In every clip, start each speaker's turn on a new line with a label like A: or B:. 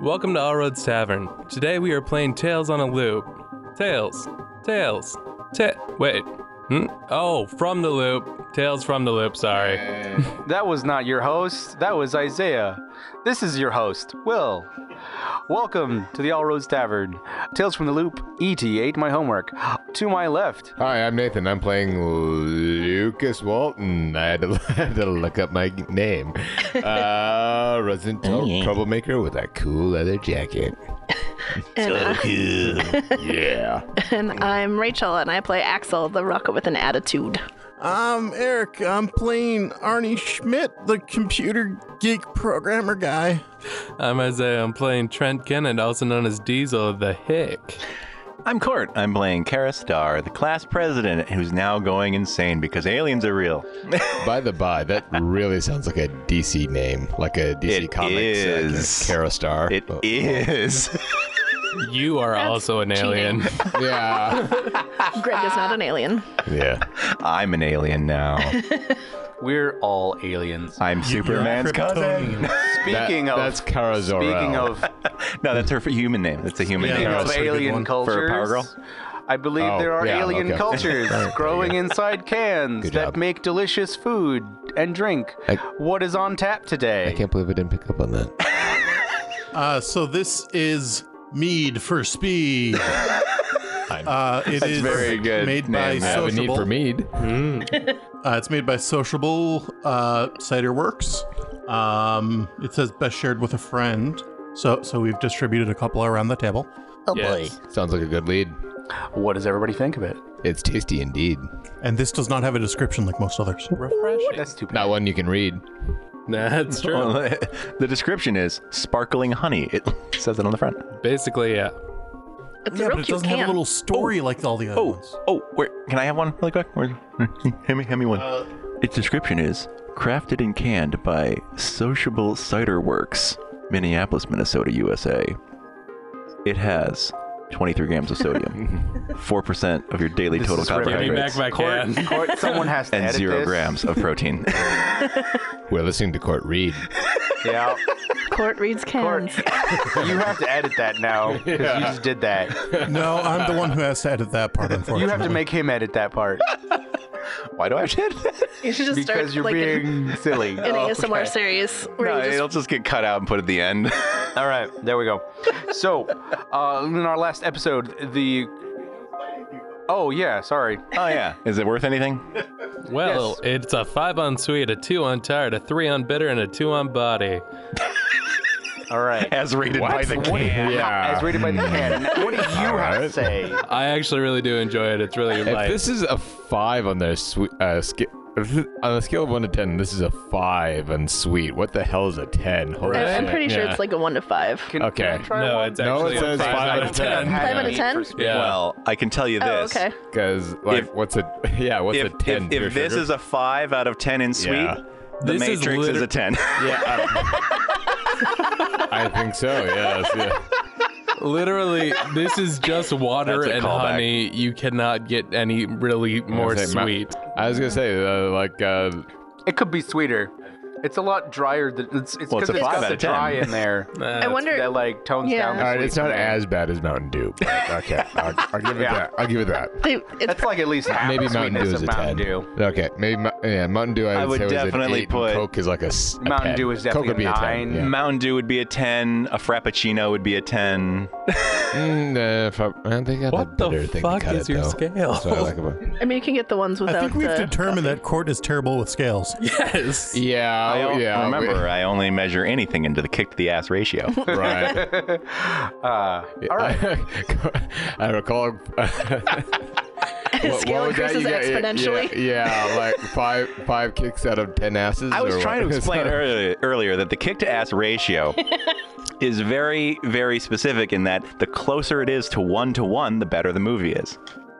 A: Welcome to All Roads Tavern. Today we are playing Tales on a Loop. Tales. Tales. Ta- wait. Hmm? Oh, from the loop. Tales from the loop, sorry.
B: That was not your host. That was Isaiah. This is your host, Will. Welcome to the All Roads Tavern. Tales from the Loop, ET ate my homework. To my left,
C: Hi, I'm Nathan. I'm playing Lucas Walton. I had to, had to look up my name. Uh, resident
D: yeah.
C: troublemaker with a cool leather jacket.
E: And, I,
C: yeah.
E: and I'm Rachel, and I play Axel, the rocket with an attitude.
D: I'm Eric. I'm playing Arnie Schmidt, the computer geek programmer guy.
A: I'm Isaiah. I'm playing Trent Kennett, also known as Diesel the Hick.
F: I'm Court. I'm playing Kara Star, the class president who's now going insane because aliens are real.
C: By the by, that really sounds like a DC name, like a DC
F: It
C: Comics
F: is.
C: Kara Star. Oh.
F: It is.
A: You are also an alien.
C: Yeah.
E: Greg is not an alien.
C: yeah.
F: I'm an alien now.
B: we're all aliens.
F: I'm Superman's cousin.
B: Speaking of
C: That- that's Kara Zor-El.
B: Speaking of
F: no, that's her f- human name. That's a human
B: speaking
F: name.
B: of alien cultures,
F: For a Power Girl?
B: I believe
C: Oh,
B: there are
C: yeah,
B: alien
C: okay.
B: cultures
C: There you go.
B: growing inside cans
C: Good
B: that
C: job.
B: make delicious food and drink.
C: I-
B: what is on tap
C: I
B: today?
C: can't believe I didn't pick up on that.
G: Uh, so this is mead for speed. Uh, it is
F: very good
G: Made by
F: name. I
C: have a need
G: Sociable.
C: for mead.
G: Uh, it's made by Sociable uh, Cider Works. Um, it says best shared with a friend. So, so we've distributed a couple around the table.
D: Oh
A: Yes.
C: Sounds like a good lead.
B: What does everybody think of it?
C: It's tasty indeed.
G: And this does not have a description like most others.
A: Refreshing.
B: That's too bad.
C: Not one you can read.
A: That's true.
F: Well, the description is sparkling honey. It says it on the front.
A: Basically, yeah.
E: It's
G: yeah,
E: a real
G: but it
E: cute
G: doesn't
E: can.
G: have a little story like all the other
F: Oh,
G: ones.
F: oh, wait. Can I have one really quick? Where- hand, me, hand me one.
B: Uh,
F: its description is crafted and canned by Sociable Cider Works, Minneapolis, Minnesota, USA. It has 23 grams of sodium, 4% of your daily
B: This
F: total
B: is riveting.
A: Give me back
F: carbohydrates,
A: my
B: Court,
A: can.
B: Court, someone has to
F: and
B: edit
F: zero
B: this.
F: grams of protein.
C: We're listening to Court Reed.
B: Yeah.
E: Court reads
B: Court,
E: cans.
B: you have to edit that now because you just did that.
G: No, I'm the one who has to edit that part, unfortunately.
B: You have to make him edit that part
F: Why do I have to edit that?
E: You should just
B: because
E: start
B: you're
E: like an,
B: being silly.
E: an ASMR series where
F: No,
E: you just
F: it'll just get cut out and put at the end.
B: All right, there we go. So, uh, in our last episode, the oh yeah, sorry,
F: oh, yeah. Is it worth anything?
A: Well, it's a five on sweet, a two on tired, a three on bitter, and a two on body.
B: all right.
F: As rated by the can.
C: Yeah.
B: As rated by the can, what do you have to
C: right.
B: say?
A: I actually really do enjoy it. It's really
C: If
A: light.
C: this is a five on their sweet uh, sca- on a scale of one to ten, this is a five on sweet. What the hell is a ten? Holy
E: I, I'm
C: shit.
E: pretty sure
C: Yeah.
E: it's like a one to five.
B: Can,
C: Okay.
B: Can I try
A: no,
B: one?
A: it's
C: No,
A: actually
C: it says
A: a five, out of ten.
B: I
E: Five out of
B: need
E: ten?
B: for-
A: Yeah.
F: Well, I can tell you
E: Oh,
F: this. Uh,
E: okay.
C: Because like,
F: If-
C: what's a yeah? What's
F: if,
C: a ten?
F: if, if this is a five out of ten in sweet,
C: Yeah.
F: the
A: This is
F: Matrix is,
A: liter-
F: a ten.
C: yeah, I, I think so. Yes. Yeah.
A: Literally, this is just water
F: That's a
A: and
F: callback.
A: honey. You cannot get any really more
C: gonna say, ma-
A: sweet.
C: I was gonna say uh, like uh,
B: It could be sweeter. It's a lot drier. Than, it's it's
F: Well,
B: because
F: it's a
B: it's
F: five
B: got
F: out
B: the
F: of 10.
B: dry in there
E: I wonder.
B: that like tones
E: Yeah.
B: down. The
C: all right, it's
B: sweet.
C: not as bad as Mountain Dew. But okay, I'll, I'll give it
B: Yeah.
C: that. I'll give it that.
E: they- it's
B: That's like at least half
C: Maybe
B: the
C: Mountain Dew
B: sweetness
C: is a
B: of Mountain
C: ten.
B: Dew.
C: Okay, maybe Mo- yeah, Mountain Dew. I,
F: I would
C: say was an
F: definitely
C: eight, and
F: put-
C: Coke is like a s- a
B: Mountain
C: 10.
B: Dew is
C: Coke would
B: definitely
C: be
B: a
C: a
B: nine.
C: ten. Yeah.
F: Mountain Dew would be a 10. A Frappuccino would be a 10.
C: Mm, uh, if I, I don't think I have
A: What
C: the
A: the
C: bitter thing
A: fuck
C: to cut
A: is
C: it,
A: your
C: though.
A: scale?
C: That's what I like about
E: I mean, you can get the ones
G: I
E: without
G: think we've
E: the.
G: determined that Court is terrible with scales.
A: Yes.
C: Yeah,
F: I don't
C: Oh, yeah.
F: remember. I only measure anything into the kick to the ass ratio.
C: we- right.
B: Uh, all right.
C: I, recall. what,
E: scale
C: what was that
E: increases
C: you got? Yeah,
E: exponentially.
C: Yeah, yeah, like five five kicks out of ten asses.
F: I was
C: or
F: trying to
C: what?
F: explain earlier, earlier that the kick to ass ratio is very, very specific in that the closer it is to one to one, the better the movie is.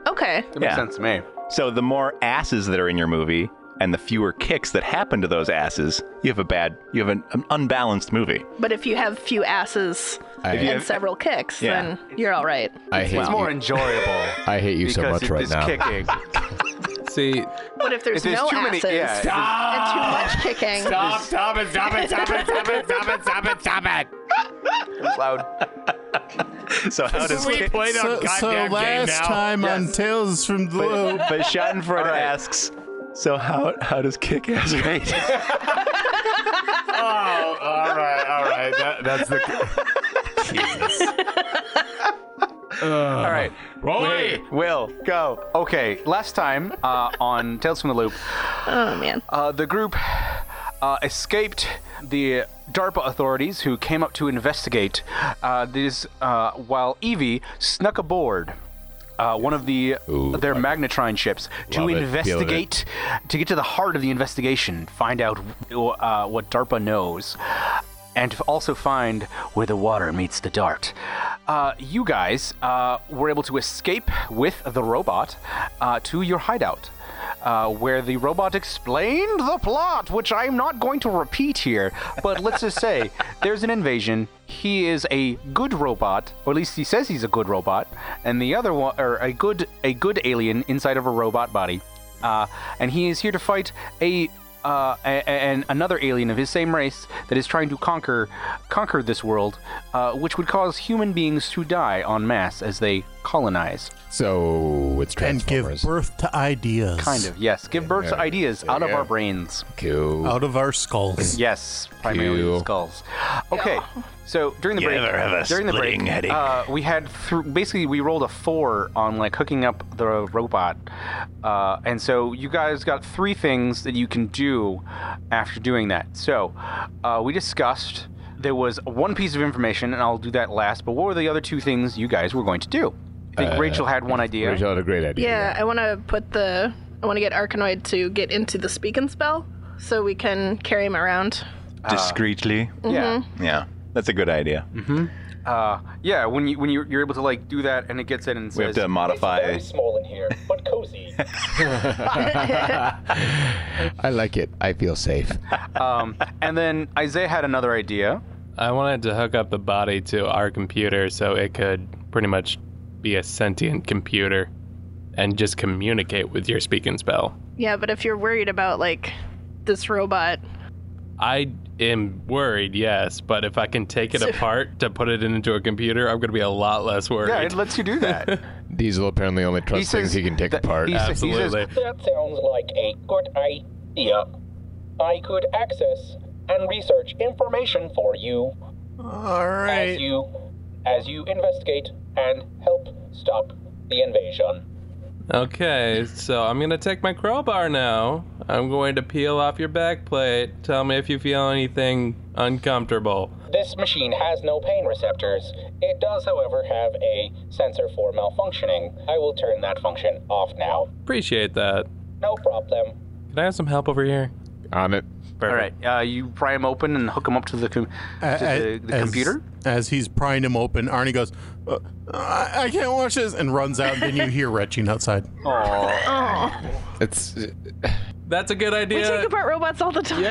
E: Okay.
B: That makes
F: Yeah.
B: sense to me.
F: So the more asses that are in your movie and the fewer kicks that happen to those asses, you have a bad, you have an, an unbalanced movie.
E: But if you have few asses
C: I,
F: you-
E: and several kicks,
F: Yeah.
E: then you're all right.
C: I hate
B: It's
C: you.
B: more enjoyable.
C: I hate you so
B: because
C: much
B: it
C: right
B: is
C: now.
B: kicking.
A: See,
E: But if
B: If
E: there's
B: there's
E: no
B: too many,
E: asses
B: yeah. if there's-
E: and too much kicking,
C: Stop! Stop it! Stop it! Stop it! Stop it! Stop it! Stop it! Stop it!
H: was loud.
F: So how does
G: Sweet
F: play
G: So, so last time on Tales from the Loop,
F: But Schadenfreude asks, so how how does kick ass rate?
C: Oh, all right, all right. That, that's the. Jesus.
H: All right.
C: Roy!
H: Will, go.
B: Okay, last time uh, on Tales from the Loop,
E: Oh man.
B: uh, the group uh, escaped the DARPA authorities who came up to investigate uh, this uh, while Evie snuck aboard. Uh, one of the
C: Ooh,
B: their magnetrine ships to
C: Love it.
B: investigate to get to the heart of the investigation, find out uh, what DARPA knows, and to also find where the water meets the dart. Uh, you guys uh, were able to escape with the robot uh, to your hideout uh, where the robot explained the plot, which I'm not going to repeat here. But let's just say there's an invasion. He is a good robot, or at least he says he's a good robot, and the other one, or a good a good alien inside of a robot body, uh, and he is here to fight a. Uh, a- a- and another alien of his same race that is trying to conquer conquer this world, uh, which would cause human beings to die en masse as they colonize.
C: So it's
G: and give
C: Transformers.
G: birth to ideas.
B: Kind of, yes. Give birth to
C: Yeah.
B: ideas out of
C: Yeah.
B: our brains.
C: Cool.
G: Out of our skulls.
B: Yes, primarily
C: Ew.
B: skulls. Okay, so during the
I: You
B: break,
I: ever have a
B: during the break,
I: splitting headache?
B: uh, we had thr basically we rolled a four on like hooking up the robot, uh, and so you guys got three things that you can do after doing that. So uh, we discussed there was one piece of information, and I'll do that last. But what were the other two things you guys were going to do? I think
C: Uh,
B: Rachel had one idea.
C: Rachel had a great idea.
E: Yeah, I want to put the. I want to get Arkanoid to get into the speak and spell so we can carry him around.
C: uh,
I: Discreetly.
B: Yeah.
F: Yeah, that's a good idea.
C: Mm-hmm.
B: Uh, yeah, when you when you you're able to like do that and it gets in and says
F: We have to modify.
B: small in here, but cozy.
C: I like it. I feel safe.
B: um, and then Isaiah had another idea.
A: I wanted to hook up the body to our computer so it could pretty much be a sentient computer and just communicate with your speak and spell.
E: Yeah, but if you're worried about like this robot,
A: I am worried, yes, but if I can take it
E: So-
A: apart to put it into a computer, I'm going to be a lot less worried.
B: Yeah, it lets you do that.
C: Diesel apparently only trusts things
B: says
C: he can take
B: that-
C: apart.
B: he says-
A: Absolutely.
J: That sounds like a good idea. I could access and research information for you
D: All
J: as
D: right.
J: you as you investigate and help stop the invasion.
A: Okay, so I'm going to take my crowbar now. I'm going to peel off your back plate. Tell me if you feel anything uncomfortable.
J: This machine has no pain receptors. It does, however, have a sensor for malfunctioning. I will turn that function off now.
A: Appreciate that.
J: No problem.
A: Can I have some help over here?
C: On it.
B: All right, uh, you pry him open and hook him up to the com-
G: A-
B: to
G: a-
B: the, the computer.
G: As he's prying him open, Arnie goes, "Uh, I, I can't watch this, and runs out. and then you hear retching outside.
C: It's
A: That's a good
E: we take
A: idea.
E: apart robots all the time.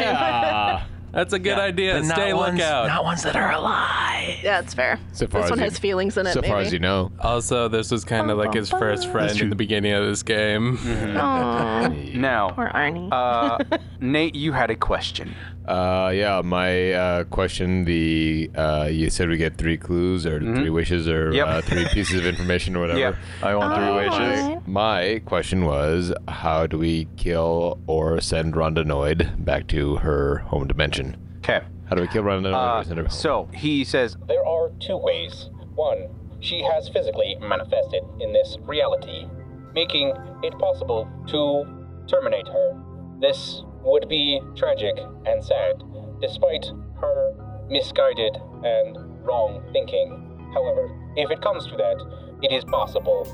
A: That's a good idea.
I: But not
A: Stay
I: ones-
A: lookout.
I: Not ones that are alive.
E: yeah, it's fair.
C: So far
E: this
C: as
E: one
C: you-
E: has feelings in it.
C: so far
E: maybe.
C: as you know.
A: Also, this was kind of like his first friend in the beginning of this game.
I: Mm-hmm.
E: Aw,
B: Now,
E: poor Arnie.
B: uh, Nate, you had a question.
C: Uh, yeah, my uh, question. The uh, you said we get three clues or three wishes or
B: Mm-hmm. Yep.
C: uh, three pieces of information or whatever.
B: Yep.
F: I want
C: Oh.
F: three wishes.
C: My question was, how do we kill or send Rondanoid back to her home dimension?
B: Okay.
C: How do we kill Rondanoid?
B: Uh,
C: or send her home?
B: So he says,
J: There are two ways. One, she has physically manifested in this reality, making it possible to terminate her. This would be tragic and sad, despite her misguided and wrong thinking. However, if it comes to that, it is possible.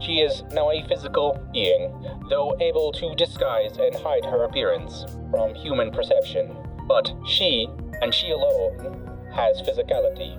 J: She is now a physical being, though able to disguise and hide her appearance from human perception. But she, and she alone, has physicality.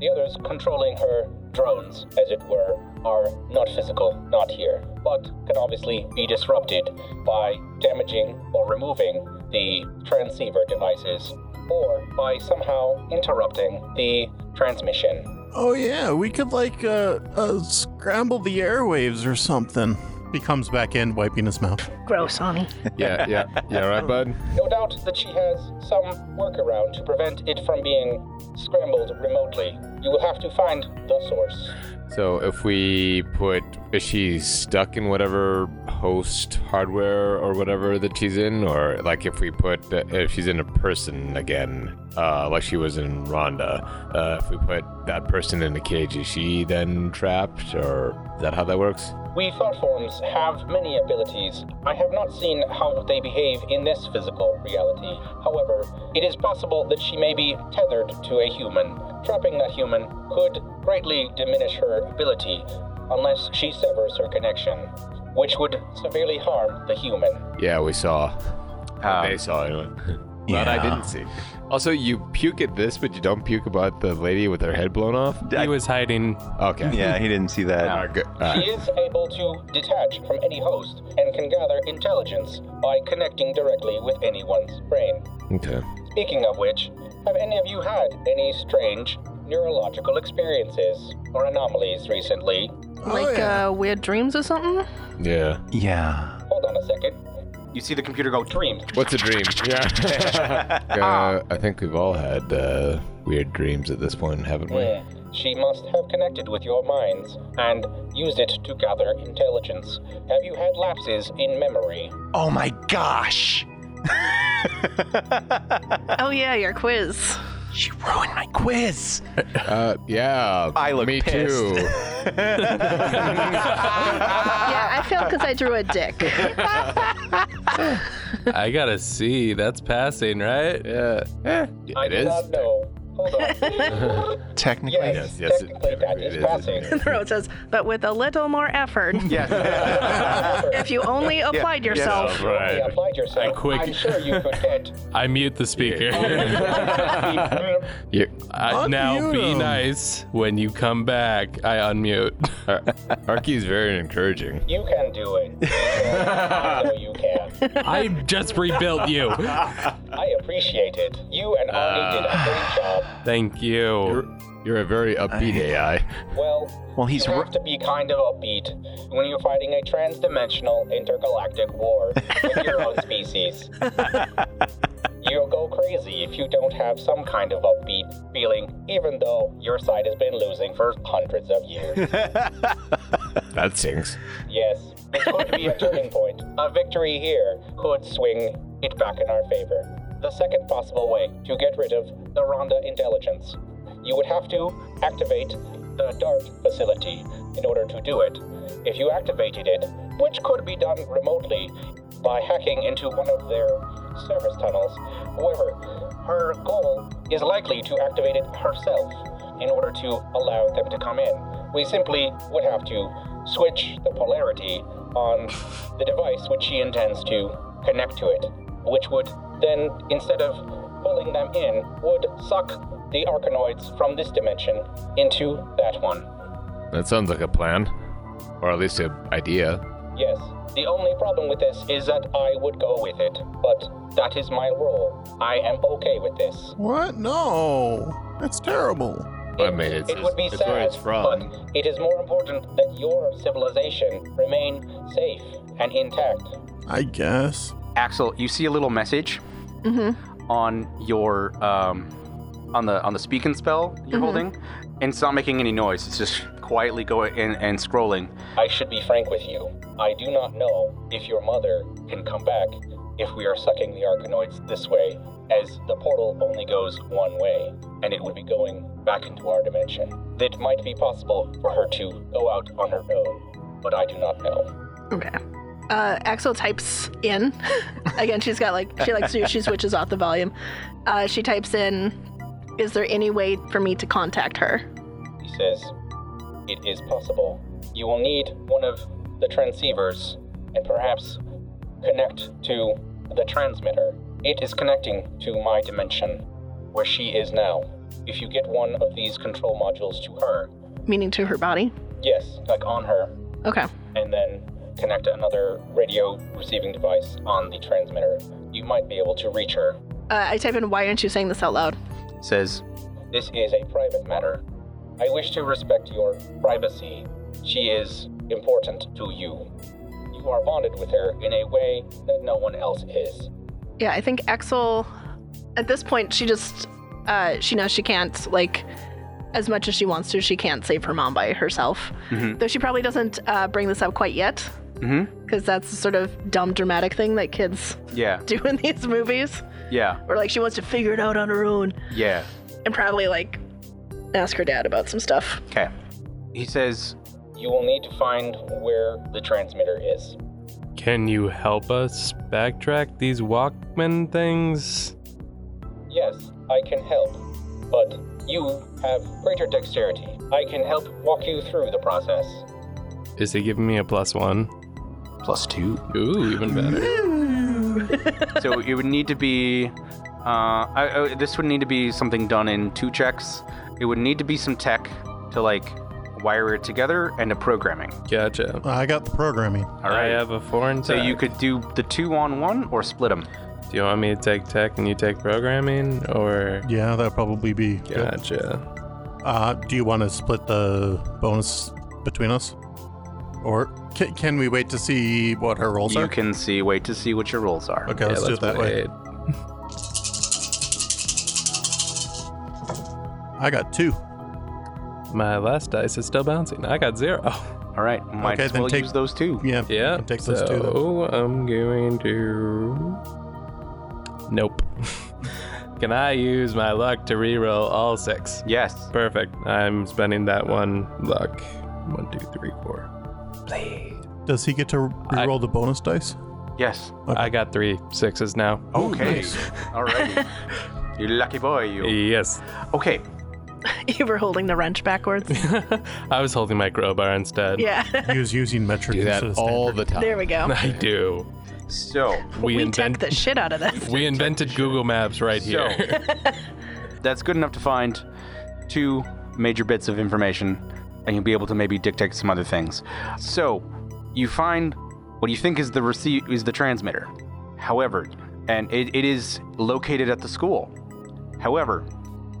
J: The others controlling her drones, as it were, are not physical, not here, but can obviously be disrupted by damaging or removing the transceiver devices, or by somehow interrupting the transmission.
D: Oh yeah, we could like uh, uh scramble the airwaves or something.
G: He comes back in, wiping his mouth.
E: Gross, honey.
C: Yeah, yeah, yeah. All right, bud.
J: No doubt that she has some workaround to prevent it from being scrambled remotely. You will have to find the source.
C: So if we put, is she stuck in whatever host hardware or whatever that she's in, or like if we put, uh, if she's in a person again, uh, like she was in Rhonda, uh, if we put that person in a cage, is she then trapped, or is that how that works?
J: We thought forms have many abilities. I have not seen how they behave in this physical reality. However, it is possible that she may be tethered to a human. Trapping that human could greatly diminish her ability unless she severs her connection, which would severely harm the human.
C: Yeah, we saw.
B: Um,
C: they saw it. But I didn't see. Also, you puke at this, but you don't puke about the lady with her head blown off.
A: He was hiding.
C: Okay.
F: Yeah, he didn't see that.
C: All right, good. All
J: She
C: right.
J: is able to detach from any host and can gather intelligence by connecting directly with anyone's brain.
C: Okay.
J: Speaking of which, have any of you had any strange neurological experiences or anomalies recently?
B: Oh,
E: Like uh, weird dreams or something?
C: Yeah.
F: Yeah.
J: Hold on a second.
B: You see the computer go.
J: Dreams.
C: What's a dream? Yeah. uh, I think we've all had uh, weird dreams at this point, haven't we?
J: Hmm. She must have connected with your minds and used it to gather intelligence. Have you had lapses in memory?
F: Oh my gosh.
E: Oh, yeah, your quiz.
F: She ruined my quiz.
C: Uh, yeah.
F: I look
C: me
F: pissed.
C: too.
E: yeah, I failed because I drew a dick.
A: I gotta see. That's passing, right?
C: Yeah. Yeah,
J: I
C: it
J: do
C: is.
J: not know. Hold on.
F: Technically.
J: yes,
C: Yes, yes, it-
J: technically that
C: it
J: is
C: is,
J: passing.
C: isn't
E: Throw it says, but with a little more effort,
B: Yeah.
E: if you only applied
B: yes.
E: yourself.
J: You
C: Right.
J: applied yourself.
A: I quick-
J: I'm sure you could get. um,
A: I mute the speaker.
C: You,
A: I, now be
D: Unmute him.
A: nice when you come back. I unmute.
C: Ar- Arky's very encouraging.
J: You can do it. I know you can.
A: I just rebuilt you.
J: I appreciate it. You and Arnie did a
F: Ah.
J: great job.
A: Thank
C: You're,
A: you.
C: you're a very upbeat AI.
J: Well,
F: Well, he's
J: you
F: ru-
J: have to be kind of upbeat when you're fighting a transdimensional intergalactic war with your own species. You'll go crazy if you don't have some kind of upbeat feeling, even though your side has been losing for hundreds of years.
C: That sings.
J: yes, it's going to be a turning point. A victory here could swing it back in our favor. The second possible way to get rid of the Ronda intelligence, you would have to activate the DART facility in order to do it. If you activated it, which could be done remotely by hacking into one of their service tunnels, however, her goal is likely to activate it herself in order to allow them to come in. We simply would have to switch the polarity on the device which she intends to connect to it, which would then, instead of pulling them in, would suck the arcanoids from this dimension into that one.
C: That sounds like a plan, or at least an idea.
J: Yes, the only problem with this is that I would go with it, but that is my role. I am okay with this.
D: What? No. That's terrible.
C: I mean, it's,
J: It would be
C: it's
J: sad,
C: where it's from.
J: but it is more important that your civilization remain safe and intact.
D: I guess.
B: Axel, you see a little message on your um, on the on the speak and spell you're holding, and it's not making any noise. It's just quietly going and, and scrolling.
J: I should be frank with you. I do not know if your mother can come back if we are sucking the Arcanoids this way, as the portal only goes one way, and it would be going back into our dimension. It might be possible for her to go out on her own, but I do not know.
E: Okay. Uh, Axel types in. Again, she's got like, she likes to, she switches off the volume. Uh, she types in, is there any way for me to contact her?
J: He says, It is possible. You will need one of the transceivers and perhaps connect to the transmitter. It is connecting to my dimension, where she is now. If you get one of these control modules to her,
E: Meaning to her body?
J: yes, like on her,
E: Okay. Uh,
J: and then connect another radio receiving device on the transmitter, you might be able to reach her.
E: Uh, I type in, why aren't you saying this out loud?
B: Says
J: This is a private matter. I wish to respect your privacy. She is important to you. you are bonded with her in a way that no one else is.
E: Yeah, I think Axel at this point she just uh she knows she can't like as much as she wants to, she can't save her mom by herself.
B: Mhm.
E: Though she probably doesn't uh, bring this up quite yet
B: Mm-hmm.
E: because that's the sort of dumb dramatic thing that kids
B: Yeah.
E: do in these movies
B: Yeah.
E: or like she wants to figure it out on her own
B: Yeah.
E: and probably like ask her dad about some stuff.
B: Okay. He says,
J: You will need to find where the transmitter is.
A: Can you help us backtrack these Walkman things?
J: Yes, I can help, but you have greater dexterity. I can help walk you through the process.
A: Is he giving me a plus one?
B: plus two.
A: Ooh, even better.
B: so it would need to be. Uh, I, I, this would need to be something done in two checks. It would need to be some tech to like wire it together and a programming.
A: Gotcha.
G: I got the programming.
B: All
A: All right. I
B: right.
A: have a foreign
B: so
A: tech.
B: you could do the two on one or split them.
A: Do you want me to take tech and you take programming, or
G: Yeah, that'll probably be. good.
A: gotcha?
G: Uh, do you want to split the bonus between us, or can, can we wait to see what her rolls
B: You
G: are?
B: can see. Wait to see what your rolls are.
G: okay,
A: Yeah,
G: let's, do it that way.
A: wait.
G: I got two.
A: My last dice is still bouncing. I got zero.
B: All right. Might
G: Okay,
B: as
G: then
B: well
G: take-
B: use those two.
G: Yeah,
A: Yeah.
G: you can Take
A: so
G: those two. Then.
A: I'm going to. Nope. Can I use my luck to reroll all six?
B: Yes.
A: Perfect. I'm spending that one luck. One, two, three, four.
G: Does he get to
A: I-
G: re-roll the bonus dice?
B: Yes.
A: I got three sixes now.
B: Oh, Okay. All right. You lucky boy, you.
A: Yes.
B: Okay.
E: you were holding the wrench backwards.
A: I was holding my crowbar instead.
E: yeah.
G: He was using metric
C: Do that
G: instead of
C: all
G: standard.
C: the time.
E: there we go.
A: I do.
B: So
A: We,
E: We,
A: invent-
E: tech the shit out of this.
A: we invented Google Maps right
B: So-
A: here.
B: that's good enough to find two major bits of information, and you'll be able to maybe dictate some other things. So, you find what you think is the receive is the transmitter. However, and it, it is located at the school. However,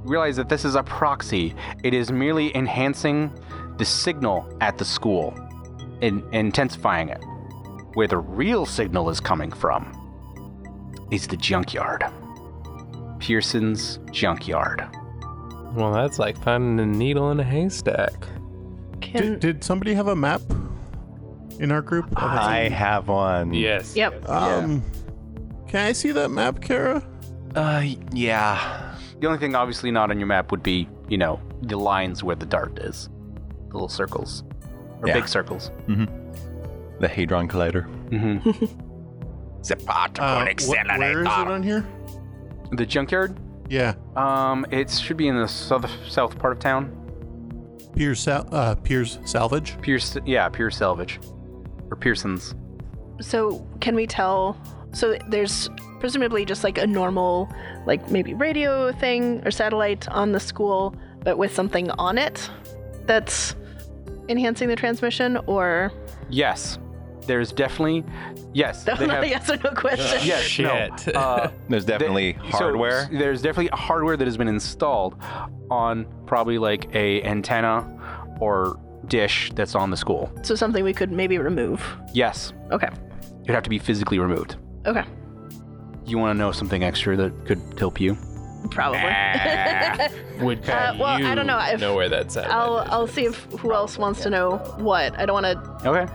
B: realize that this is a proxy. It is merely enhancing the signal at the school and intensifying it. Where the real signal is coming from is the junkyard. Pearson's junkyard.
A: well, that's like finding a needle in a haystack.
E: Can,
G: Did, did somebody have a map in our group?
C: Oh,
F: I have one.
A: Yes.
E: yep.
G: Um, can I see that map, Kara?
F: Uh, yeah.
B: The only thing obviously not on your map would be, you know, the lines where the dart is. The little circles. Or
F: Yeah.
B: big circles.
I: The Hadron Collider.
B: Mm-hmm.
F: The part
G: Uh, wh- where is it on here?
B: the junkyard,
G: Yeah,
B: um, it should be in the south, south part of town.
G: Piers, Sal- uh, Piers Salvage.
B: Pierce, yeah, Pierce Salvage. Or Pearson's.
E: So can we tell? So there's presumably just like a normal, like maybe radio thing or satellite on the school, but with something on it that's enhancing the transmission, or
B: Yes. There's definitely. Yes.
E: that
B: they
E: was not a
B: have-
E: yes or no question.
B: Yes,
A: Shit.
B: no. Uh,
F: There's definitely
B: That- so
F: hardware.
B: s- there's definitely hardware that has been installed on probably like a antenna or dish that's on the school.
E: So something we could maybe remove.
B: Yes,
E: Okay.
B: it'd have to be physically removed.
E: Okay.
B: You want to know something extra that could help you?
E: Probably.
A: Would
E: Uh, well,
A: you
E: I don't know if-
A: know where that's at.
E: I'll I'll see if who else wants to know what. I don't want to
B: Okay.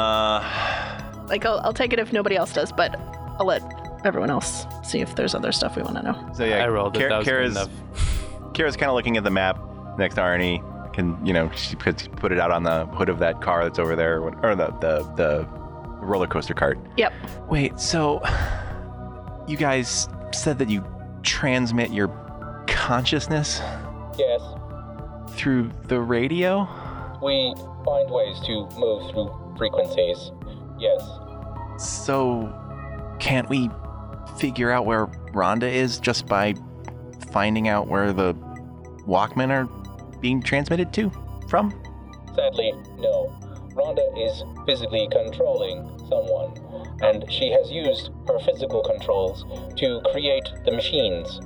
F: Uh,
E: like I'll, I'll take it if nobody else does, but I'll let everyone else see if there's other stuff we want to know.
F: so yeah,
A: I rolled it.
F: Kara-
A: That was good
F: Kara's,
A: enough.
F: Kara's kind of looking at the map next to Arnie. Can you know she puts put it out on the hood of that car that's over there, or, or the, the the roller coaster cart.
E: Yep.
F: Wait, so you guys said that you transmit your consciousness
J: Yes,
F: through the radio?
J: we find ways to move through frequencies. Yes,
F: So can't we figure out where Rhonda is just by finding out where the Walkmen are being transmitted to from?
J: sadly, no. Rhonda is physically controlling someone, and she has used her physical controls to create the machines,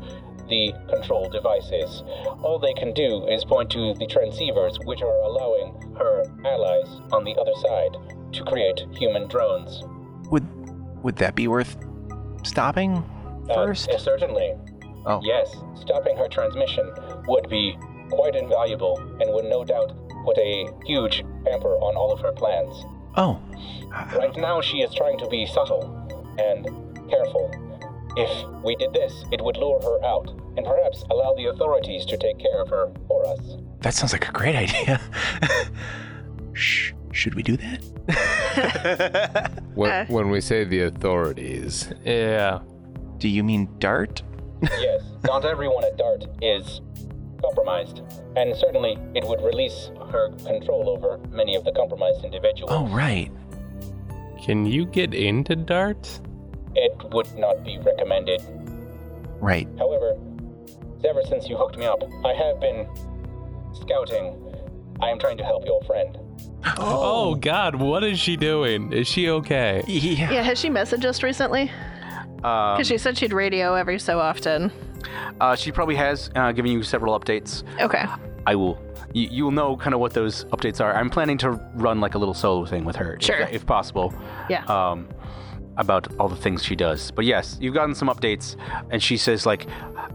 J: the control devices. All they can do is point to the transceivers, which are allowing her allies on the other side to create human drones.
F: Would would that be worth stopping
J: Uh,
F: first?
J: yes, certainly.
F: Oh.
J: Yes, stopping her transmission would be quite invaluable and would no doubt put a huge hamper on all of her plans.
F: Oh,
J: Right now, she is trying to be subtle and careful. If we did this, it would lure her out and perhaps allow the authorities to take care of her for us.
F: that sounds like a great idea. Shh, should we do that?
C: When,
E: Uh.
C: when we say the authorities,
A: Yeah.
F: Do you mean Dart?
J: yes, not everyone at DART is compromised, and certainly it would release her control over many of the compromised individuals.
F: Oh, right.
A: Can you get into Dart?
J: It would not be recommended.
F: Right.
J: However, ever since you hooked me up, I have been scouting. I am trying to help your friend.
A: Oh. God, what is she doing? Is she okay?
F: Yeah.
E: Yeah, has she messaged us recently?
B: Um,
E: Because she said she'd radio every so often.
B: uh, she probably has uh, given you several updates.
E: Okay.
B: I will. You, you will know kind of what those updates are. I'm planning to run like a little solo thing with her, if-
E: Sure.
B: if, possible.
E: Yeah.
B: Um, about all the things she does. But yes, you've gotten some updates, and she says like,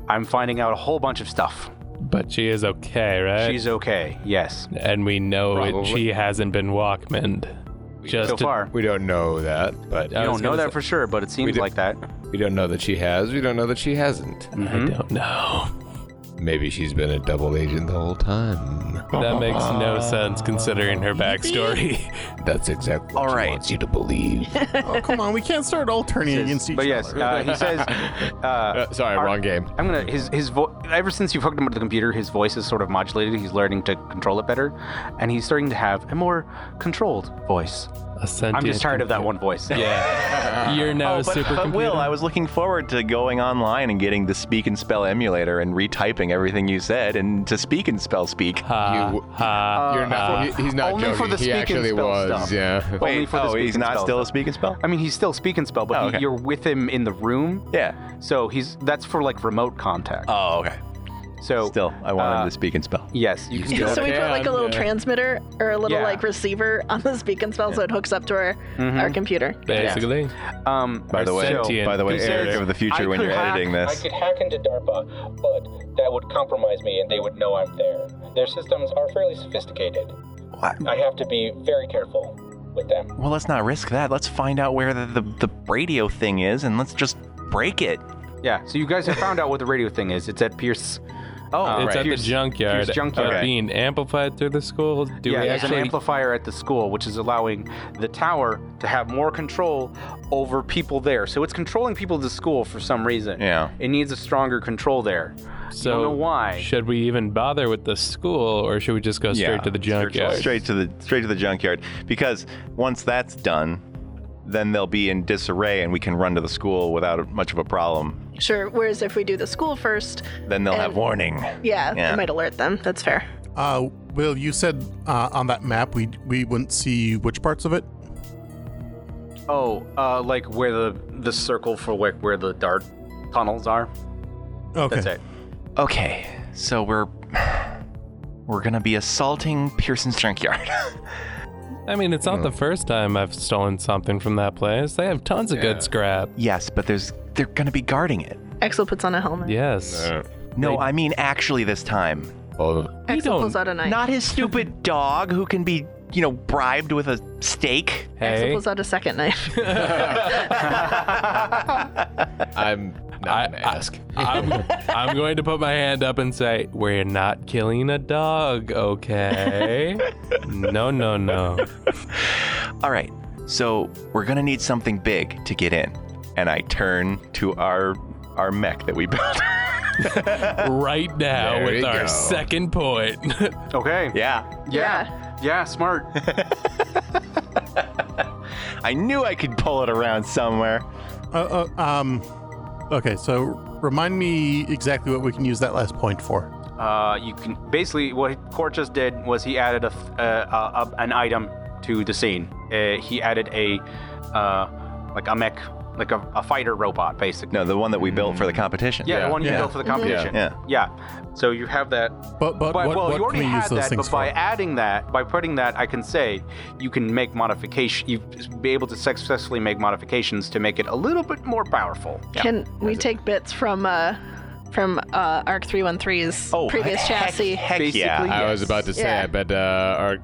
B: "I'm finding out a whole bunch of stuff.
A: But she is okay, right?
B: She's okay. Yes,
A: and we know it,
C: Probably.
A: she hasn't been Walkmaned. Just
B: so
A: to-
B: far."
C: we don't know that, but
B: You
A: I
B: don't
A: was
B: know
A: gonna
B: that for sure, but it seems
C: do-
B: like that.
C: we don't know that she has. We don't know that she hasn't.
A: I don't know.
C: Maybe she's been a double agent the whole time.
A: That makes no sense considering her backstory.
C: That's exactly what
F: All
C: she
F: right.
C: wants you to believe.
D: Oh, come on. We can't start all turning against each
B: But yes,
D: other.
B: uh, he says. Uh,
C: Uh, sorry,
B: Are-
C: wrong game.
B: I'm gonna his his vo- ever since you've hooked him up to the computer, his voice is sort of modulated. He's learning to control it better, and he's starting to have a more controlled voice.
A: A sentient
B: I'm just tired of Oh, uh, that one voice.
A: Yeah. You're now a
F: but,
A: supercomputer.
F: but Will, I was looking forward to going online and getting the speak and spell emulator and retyping everything you said and to speak and spell speak.
A: Ha,
C: You-
B: Uh,
A: ha,
C: You're not. he- he's not
B: only
C: joking.
B: for the
C: he
B: speak and
C: actually
B: spell
C: was.
B: stuff.
C: Yeah.
B: Only
F: Wait,
B: for the
F: oh,
B: speak
F: he's
B: and
F: not
B: spell
F: still a speak and spell?
B: I mean, he's still speak and spell, but
F: Oh,
B: he-
F: okay.
B: you're with him in the room,
F: Yeah.
B: so he's that's for like remote contact.
F: Oh, okay.
B: so
F: Still, I want
B: uh,
F: him to speak and spell.
B: Yes, you can.
E: Yeah,
B: do
E: so we put like a
A: can,
E: little
A: yeah.
E: transmitter or a little
B: Yeah.
E: like receiver on the speak and spell so it hooks up to our, our computer.
A: basically.
B: that. Um,
F: By the way,
A: sentient.
F: by the way,
B: He
F: Eric
B: says,
F: of the future,
B: "I
F: when
B: could
F: you're
B: hack-
F: editing
J: I
F: this,
J: could hack into DARPA, but that would compromise me and they would know I'm there. Their systems are fairly sophisticated.
F: What?
J: I have to be very careful with them.
F: well, let's not risk that. Let's find out where the, the, the radio thing is and let's just break it.
B: yeah. So you guys have found out what the radio thing is. It's at Pierce. Oh,
A: it's at the
B: Pierce-
A: junkyard.
B: Pierce junkyard.
A: uh, Being amplified through the school. Do
B: yeah,
A: we
B: there's
A: actually
B: an amplifier at the school, which is allowing the tower to have more control over people there. So it's controlling people at the school for some reason.
F: Yeah.
B: It needs a stronger control there.
A: so
B: don't know why.
A: Should we even bother with the school, or should we just go straight
F: Yeah,
A: to the junkyard?
F: straight to the straight to the junkyard because once that's done then they'll be in disarray and we can run to the school without much of a problem
E: Sure. Whereas if we do the school first,
F: then they'll have
E: And-
F: warning
E: yeah,
F: Yeah.
E: it might alert them. That's fair.
D: Uh, Will, you said uh, on that map we we wouldn't see which parts of it?
B: Oh, uh, like where the the circle for where, where the dart tunnels are.
D: Okay.
B: That's it.
F: okay so we're we're gonna be assaulting pearson's junkyard
A: I mean, it's not
B: Hmm.
A: the first time I've stolen something from that place. They have tons of good scrap.
F: yes but there's they're gonna be guarding it
E: Axel puts on a helmet.
A: Yes.
C: Uh,
F: no i mean actually this time
C: well,
A: We
E: Axel
A: don't-
E: pulls out a knife.
F: not his stupid dog who can be you know bribed with a stake
E: Axel
A: hey,
E: pulls out a second knife.
C: I'm not
A: I-
C: gonna
A: I-
C: ask.
A: I'm, I'm going to put my hand up and say, We're not killing a dog, okay? no, no, no.
F: All right, so we're gonna need something big to get in, and I turn to our our mech that we built.
A: Right now,
C: There
A: with
C: you
A: our
C: go.
A: second point.
B: Okay.
F: yeah,
B: Yeah. Yeah, smart.
F: I knew I could pull it around somewhere.
D: Uh, uh, um, okay, so remind me exactly what we can use that last point for.
B: Uh, you can basically what Court just did was he added a, th- uh, uh, a an item to the scene. Uh, he added a uh, like a mech like a, a fighter robot, basically.
F: No, the one that we built for the competition.
B: Yeah, the one you
G: Yeah.
B: built for the competition.
F: Yeah.
B: yeah. So you have that
G: But but,
B: But,
G: what,
B: well,
G: what
B: you already
G: can we use
B: had
G: those
B: that,
G: things
B: but
G: for?
B: by adding that, by putting that, I can say you can make modification. You be able to successfully make modifications to make it a little bit more powerful. Yeah.
E: Can we take bits from uh from uh Arc 313's
F: Oh,
E: previous
F: heck-
E: chassis?
F: Heck
B: Basically,
F: yeah.
C: I was
B: yes.
C: about to say,
E: Yeah.
C: I bet uh, our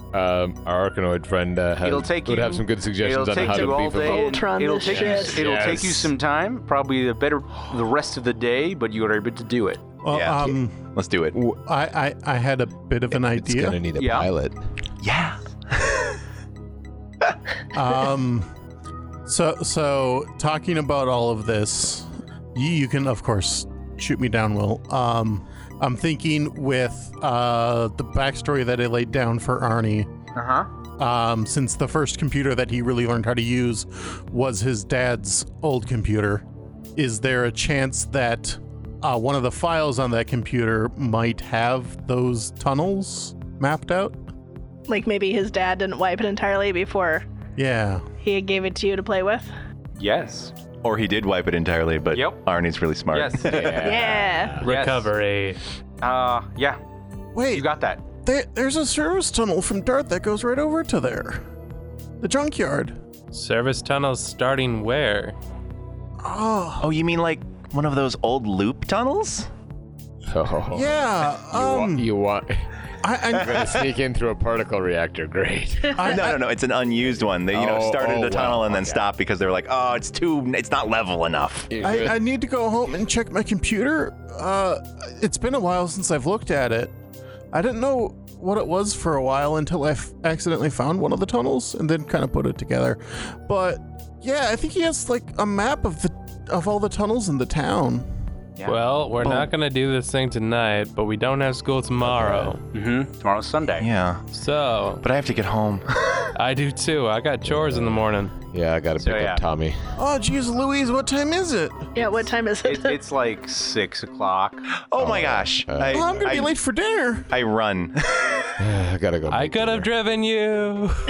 C: um, our Arkanoid friend uh, had,
B: It'll take
C: would
B: you-
C: have some good
B: It'll
C: suggestions on
B: take
C: how to
B: you all
C: beef
B: day.
C: them
B: and
C: up.
E: Ultron
B: it'll
E: this
B: take
E: shit.
B: you. It'll take you
C: Yes.
B: some time, probably the better the rest of the day, but you are able to do it.
G: Well,
D: Uh,
F: Yeah.
G: um,
F: Let's do it.
G: I, I I had a bit of an idea.
C: need a
B: Yeah.
C: pilot.
F: Yeah.
G: um so so talking about all of this you, you can of course shoot me down will um i'm thinking with uh the backstory that i laid down for arnie
B: Uh huh.
G: um since the first computer that he really learned how to use was his dad's old computer is there a chance that uh, one of the files on that computer might have those tunnels mapped out
E: Like maybe his dad didn't wipe it entirely before
G: yeah
E: he gave it to you to play with.
B: Yes.
F: Or he did wipe it entirely, but
B: Yep.
F: Arnie's really smart.
B: Yes.
E: Yeah.
A: Recovery.
B: Uh, yeah.
D: Wait,
B: You got that.
D: there, there's a service tunnel from Dart that goes right over to there. The junkyard.
A: Service tunnels starting where?
D: Oh,
F: Oh, you mean like one of those old loop tunnels?
C: Oh.
D: yeah. Um,
C: you want
D: I, I,
C: to sneak in through a particle reactor? Great.
F: no, no, no. It's an unused one. They, you know,
C: Oh,
F: started
C: oh,
F: the tunnel
C: wow,
F: and then
C: okay.
F: stopped because they were like, oh, it's too, it's not level enough.
D: I, I need to go home and check my computer. Uh, it's been a while since I've looked at it. I didn't know what it was for a while until I f- accidentally found one of the tunnels and then kind of put it together. But yeah, I think he has like a map of the of all the tunnels in the town.
B: Yeah.
A: Well, we're
D: Boom.
A: not gonna do this thing tonight, but we don't have school tomorrow.
B: Mm-hmm. Tomorrow's Sunday.
F: Yeah.
A: So
F: But I have to get home.
A: I do too. I got chores in the morning.
C: yeah, I gotta pick
B: So, yeah.
C: up Tommy.
D: Oh, geez, Louise, what time is it? Oh,
E: Yeah, what time is
B: It,
E: it?
B: it's like six o'clock.
F: oh my gosh. I,
D: I'm gonna
F: I-
D: be late for dinner.
F: I run.
C: I gotta go.
A: I could have driven you.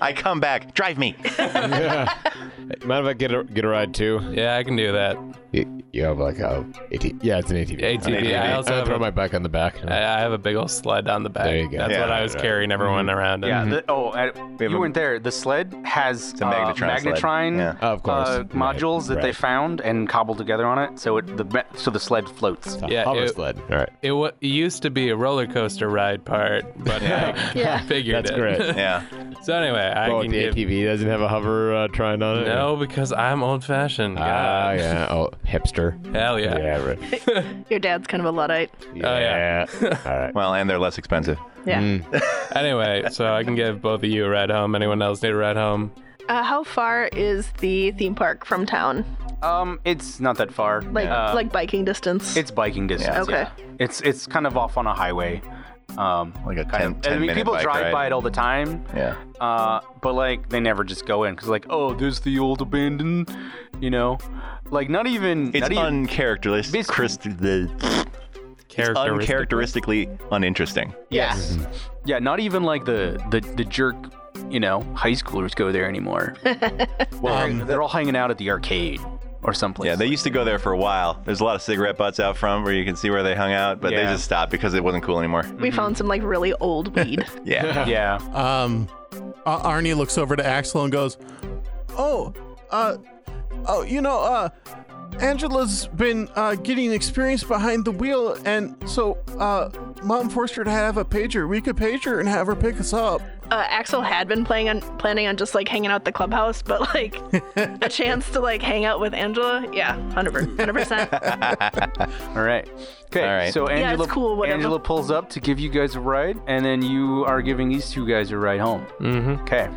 F: I come back. Drive me.
C: Mind if I get a get a ride too?
A: yeah, I can do that.
C: You, you have like a AT, yeah, it's an ATV.
A: ATV.
C: Alright.
A: I also
C: I'll
A: have
C: throw
A: a- Uh,
C: my bike on the back.
A: I, I have a big old sled down the back.
C: There you go.
A: That's
F: Yeah,
A: what I
C: right,
A: was
C: right.
A: carrying everyone around. in.
B: Yeah. The, oh, and
F: Mm-hmm. We have
B: you
F: a-
B: weren't there. The sled has
F: a
B: uh,
F: magnetron sled.
B: magnetrine,
F: Yeah.
C: Oh, Of course.
B: uh,
C: Right,
B: modules that they
C: right.
B: found and cobbled together on it. So it the ma- so the sled floats.
C: It's a
A: Yeah,
C: hover
A: it-
C: sled. All right.
A: It, wa used to be a roller coaster ride part, but I
E: Yeah.
A: figured
C: That's
A: it.
C: great.
F: Yeah.
A: so anyway, I
C: Oh,
A: can
C: the
A: give.
C: ATV doesn't have a hover uh, trying on it.
A: No, because I'm old fashioned.
C: Ah, yeah. Oh, hipster.
A: Hell yeah.
C: right.
E: Your dad's kind of a Luddite.
A: Oh, yeah.
C: All right.
F: Well, and they're less expensive.
E: Yeah.
A: Anyway, so I can give both of you a ride home. Anyone else need a ride home?
E: Uh, how far is the theme park from town?
B: Um, it's not that far.
E: Like
B: Uh,
E: like biking distance.
B: it's biking distance.
E: Okay.
B: yeah. It's it's kind of off on a highway. Um,
F: Like a
B: kind
F: 10,
B: of.
F: 10
B: I mean,
F: minute
B: people
F: bike
B: drive
F: ride.
B: by it all the time.
F: Yeah.
B: Uh, but like they never just go in because like oh there's the old abandoned, you know, like not even
F: It's
B: not even,
F: uncharacteristic.
B: Basically-
F: Christ- the, it's
A: Characteristic.
F: uncharacteristically uninteresting.
B: Yes.
F: Mm-hmm.
B: Yeah, not even like the the, the jerk, you know, high schoolers go there anymore. well, they're all hanging out at the arcade or someplace.
F: um, Yeah, they used to go there for a while. There's a lot of cigarette butts out front where you can see where they hung out, but
B: Yeah.
F: they just stopped because it wasn't cool anymore.
E: we found some like really old weed.
F: Yeah.
B: yeah.
G: Um, Ar- Arnie looks over to Axel and goes,
D: Oh, uh, oh, you know, uh, Angela's been uh, getting experience behind the wheel, and so uh, mom forced her to have a pager. We could page her and have her pick us up.
E: uh, Axel had been playing on planning on just like hanging out at the clubhouse, but like a chance to like hang out with Angela, yeah, hundred percent.
B: All right. Okay.
F: All right.
B: So
E: it's
B: Angela,
E: cool, whatever.
B: Angela pulls up to give you guys a ride, and then you are giving these two guys a ride home.
A: Mm-hmm.
B: Okay.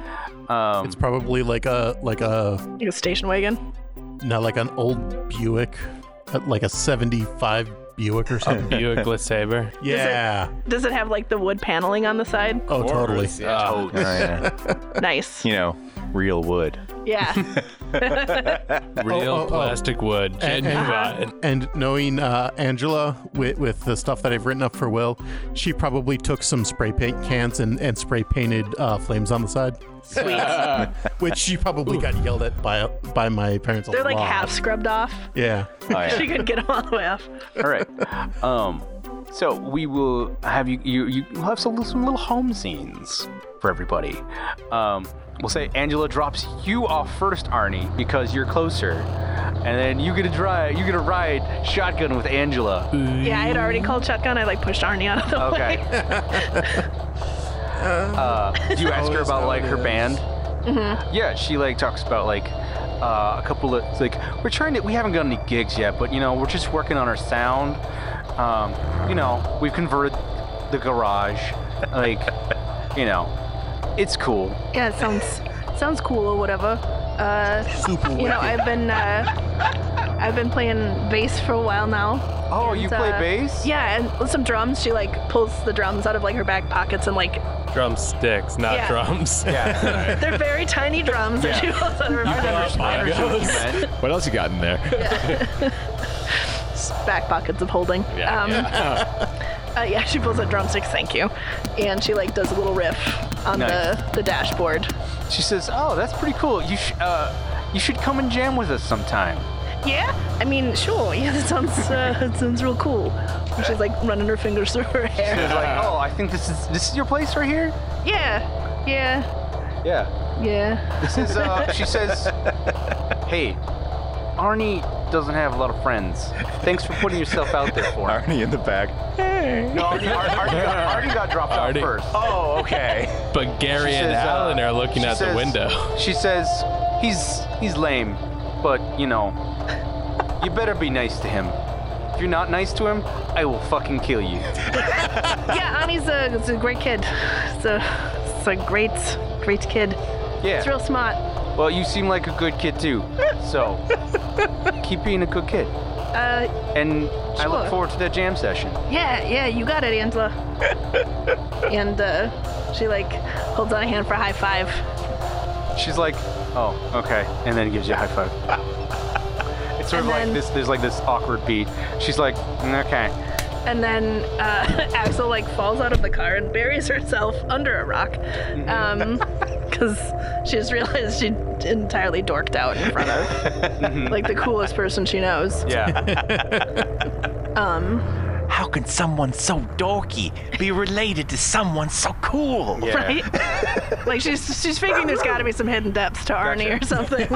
B: Um,
G: "It's probably like a like a
E: Like a station wagon.
G: no like an old Buick, uh, like a '75 Buick or something."
A: Buick LeSabre.
G: yeah.
E: Does it have like the wood paneling on the side?
G: Oh, totally.
B: totes.
F: Oh, yeah.
E: Nice.
F: you know, real wood.
E: Yeah.
A: Real
G: oh, oh.
A: plastic wood.
G: And-
A: Genuine.
G: And knowing uh, Angela with, with the stuff that I've written up for Will, she probably took some spray paint cans and, and spray painted uh, flames on the side,
E: Sweet.
G: which she probably got yelled at by by my parents. a
E: They're like
G: lot.
E: half scrubbed off.
G: Oh, Yeah.
E: She couldn't get them all the way off.
B: All right. Um, so we will have you. You you will have some, little- some little home scenes for everybody. Um, we'll say Angela drops you off first, Arnie, because you're closer, and then you get a drive. You get a ride shotgun with Angela.
E: Yeah, I had already called shotgun. I like pushed Arnie out of the way.
B: Okay. uh, do you ask her about like her band?
E: Mm-hmm.
B: Mm-hmm. Yeah, she like talks about like. Uh, a couple of it's like we're trying to we haven't got any gigs yet but you know we're just working on our sound um, you know we've converted the garage like you know it's cool
E: Yeah, it sounds sounds cool or whatever. Uh,
G: Super
E: you know,
G: wacky.
E: I've been uh, I've been playing bass for a while now.
B: oh you
E: And,
B: play
E: uh,
B: bass
E: Yeah, and with some drums. She like pulls the drums out of like her back pockets and like
A: Drumsticks, not
E: Yeah.
A: drums.
B: yeah Oh
E: they're very tiny drums that she pulls out of her back,
C: What else you got in there?
E: back pockets of holding.
C: Yeah,
E: um, uh, yeah, she pulls out drumsticks. Thank you. And she like does a little riff on the the dashboard.
B: she says oh that's pretty cool you sh- uh, you should come and jam with us sometime
E: Yeah, I mean, sure. Yeah, that sounds uh, that sounds real cool. And she's like running her fingers through her hair.
B: it's like oh I think this is this is your place right here
E: Yeah, yeah,
B: yeah
E: yeah.
B: This is, uh, she says, hey, Arnie doesn't have a lot of friends. Thanks for putting yourself out there for him.
I: Arnie in the back.
B: No, Arnie, Ar- Arnie, got, Arnie got dropped
A: Arnie.
B: out first.
I: Oh, okay.
A: But Gary
B: She
A: and
B: says, uh,
A: Alan are looking
B: she
A: out the
B: says-
A: window.
B: She says, he's, he's lame, but, you know, you better be nice to him. If you're not nice to him, I will fucking kill you.
E: Yeah, Ani's a, is a great kid. It's a, it's a great, great kid.
B: Yeah.
E: It's real smart.
B: Well, you seem like a good kid too. So, keep being a good kid.
E: Uh,
B: And I
E: Sure.
B: look forward to that jam session.
E: yeah, yeah, you got it, Angela. and uh, she like holds out a hand for a high five.
B: She's like, oh, okay, and then gives you a high five. It's sort of
E: And
B: like
E: then-
B: this. There's like this awkward beat. She's like, "Mm, okay,
E: And then uh, Axel like falls out of the car and buries herself under a rock, because she just realized she entirely dorked out in front of like the coolest person she knows.
B: yeah,
F: How can someone so dorky be related to someone so cool?
B: yeah.
E: right? like she's she's figuring there's got to be some hidden depths to Arnie or something.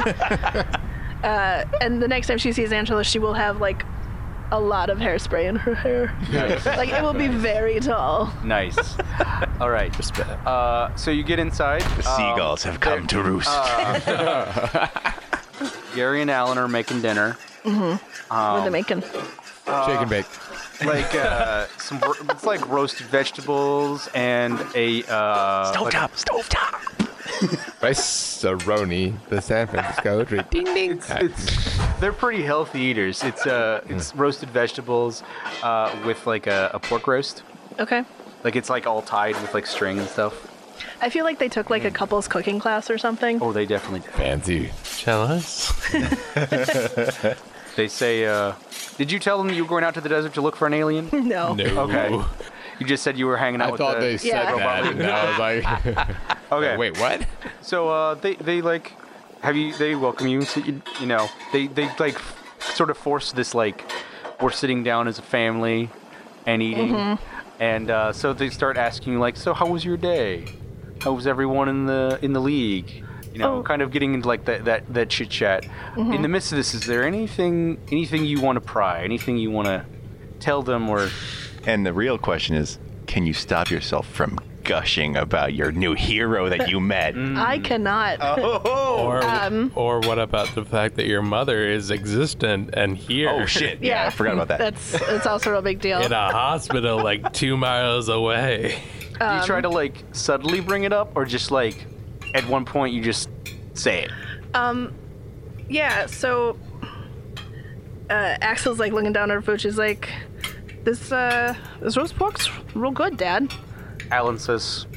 E: uh, and the next time she sees Angela, she will have like a lot of hairspray in her hair. like it will be very tall.
B: nice. All right. Uh, so you get inside. uh, The
I: Seagulls have come to roost.
B: Gary and Alan are making dinner.
E: What are they making?
C: Shake and bake.
B: Like uh, some, ro- it's like roasted vegetables and a. Uh, like-
F: Stovetop, stovetop.
C: Rice roni, the San Francisco tree. Ding ding.
B: it's, they're pretty healthy eaters. It's uh, it's roasted vegetables, uh, with like a, a pork roast.
E: Okay.
B: Like it's like all tied with like string and stuff.
E: I feel like they took like a couple's cooking class or something.
B: Oh, they definitely did.
C: Fancy.
A: Cellos?
B: They say, uh, did you tell them you were going out to the desert to look for an alien?
E: No.
A: No.
B: Okay. you just said you were hanging out
C: I
B: with
C: thought
B: the-
C: they said
E: Yeah.
C: that, and I was like,
B: Okay.
C: wait, what?
B: So, uh, they, they like, have you, they welcome you, so you, you know, they, they like sort of force this, like, we're sitting down as a family and eating. And, uh, so they start asking you, like, so how was your day? How was everyone in the, in the league? You know,
E: Oh.
B: kind of getting into like that, that, that chit chat. In the midst of this, is there anything, anything you want to pry, anything you want to tell them or
I: And the real question is can you stop yourself from gushing about your new hero that you met?
B: Mm.
E: I cannot.
F: Oh.
A: Or,
E: Um.
A: or what about the fact that your mother is existent and here?
I: Oh, shit. Yeah, I forgot about that.
E: That's it's also a real big deal.
A: In a hospital like two miles away.
B: Do you try to like subtly bring it up, or just like at one point you just say it?
E: Yeah, so uh, Axel's like looking down at her food. She's like, "This uh, this roast pork's real good, Dad."
B: Alan says,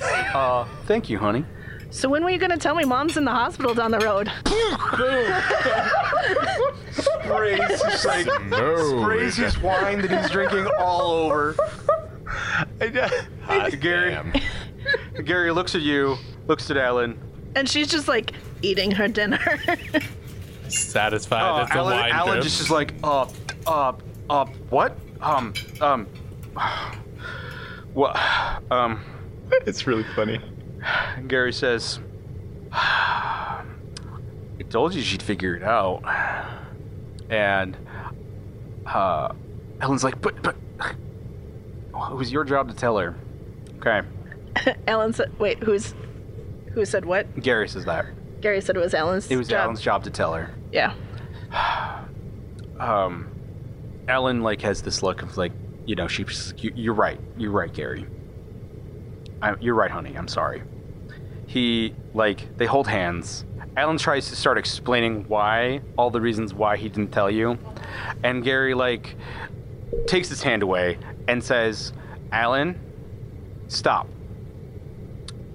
B: "Uh, thank you, honey."
E: So when were you gonna tell me mom's in the hospital down the road?
B: sprays just like sprays his wine that he's drinking all over. Gary, Gary looks at you, looks at Alan.
E: And she's just like eating her dinner.
A: Satisfied.
B: Oh,
A: That's a
B: Alan,
A: wine
B: Alan
A: drip.
B: just is like, uh, uh, uh, what? Um, um, what? Um,
H: It's really funny.
B: Gary says, I told you she'd figure it out. And uh, Ellen's like, but, but, it was your job to tell her. Okay.
E: Alan said, "Wait, who's who said what?"
B: Gary says that.
E: Gary said it was Alan's.
B: It was
E: job.
B: Alan's job to tell her.
E: Yeah.
B: Um, Ellen, like, has this look of, like, you know, she's, you, you're right. You're right, Gary. I, you're right, honey. I'm sorry. He, like, they hold hands. Alan tries to start explaining why, all the reasons why he didn't tell you. And Gary, like, takes his hand away and says, Alan, stop.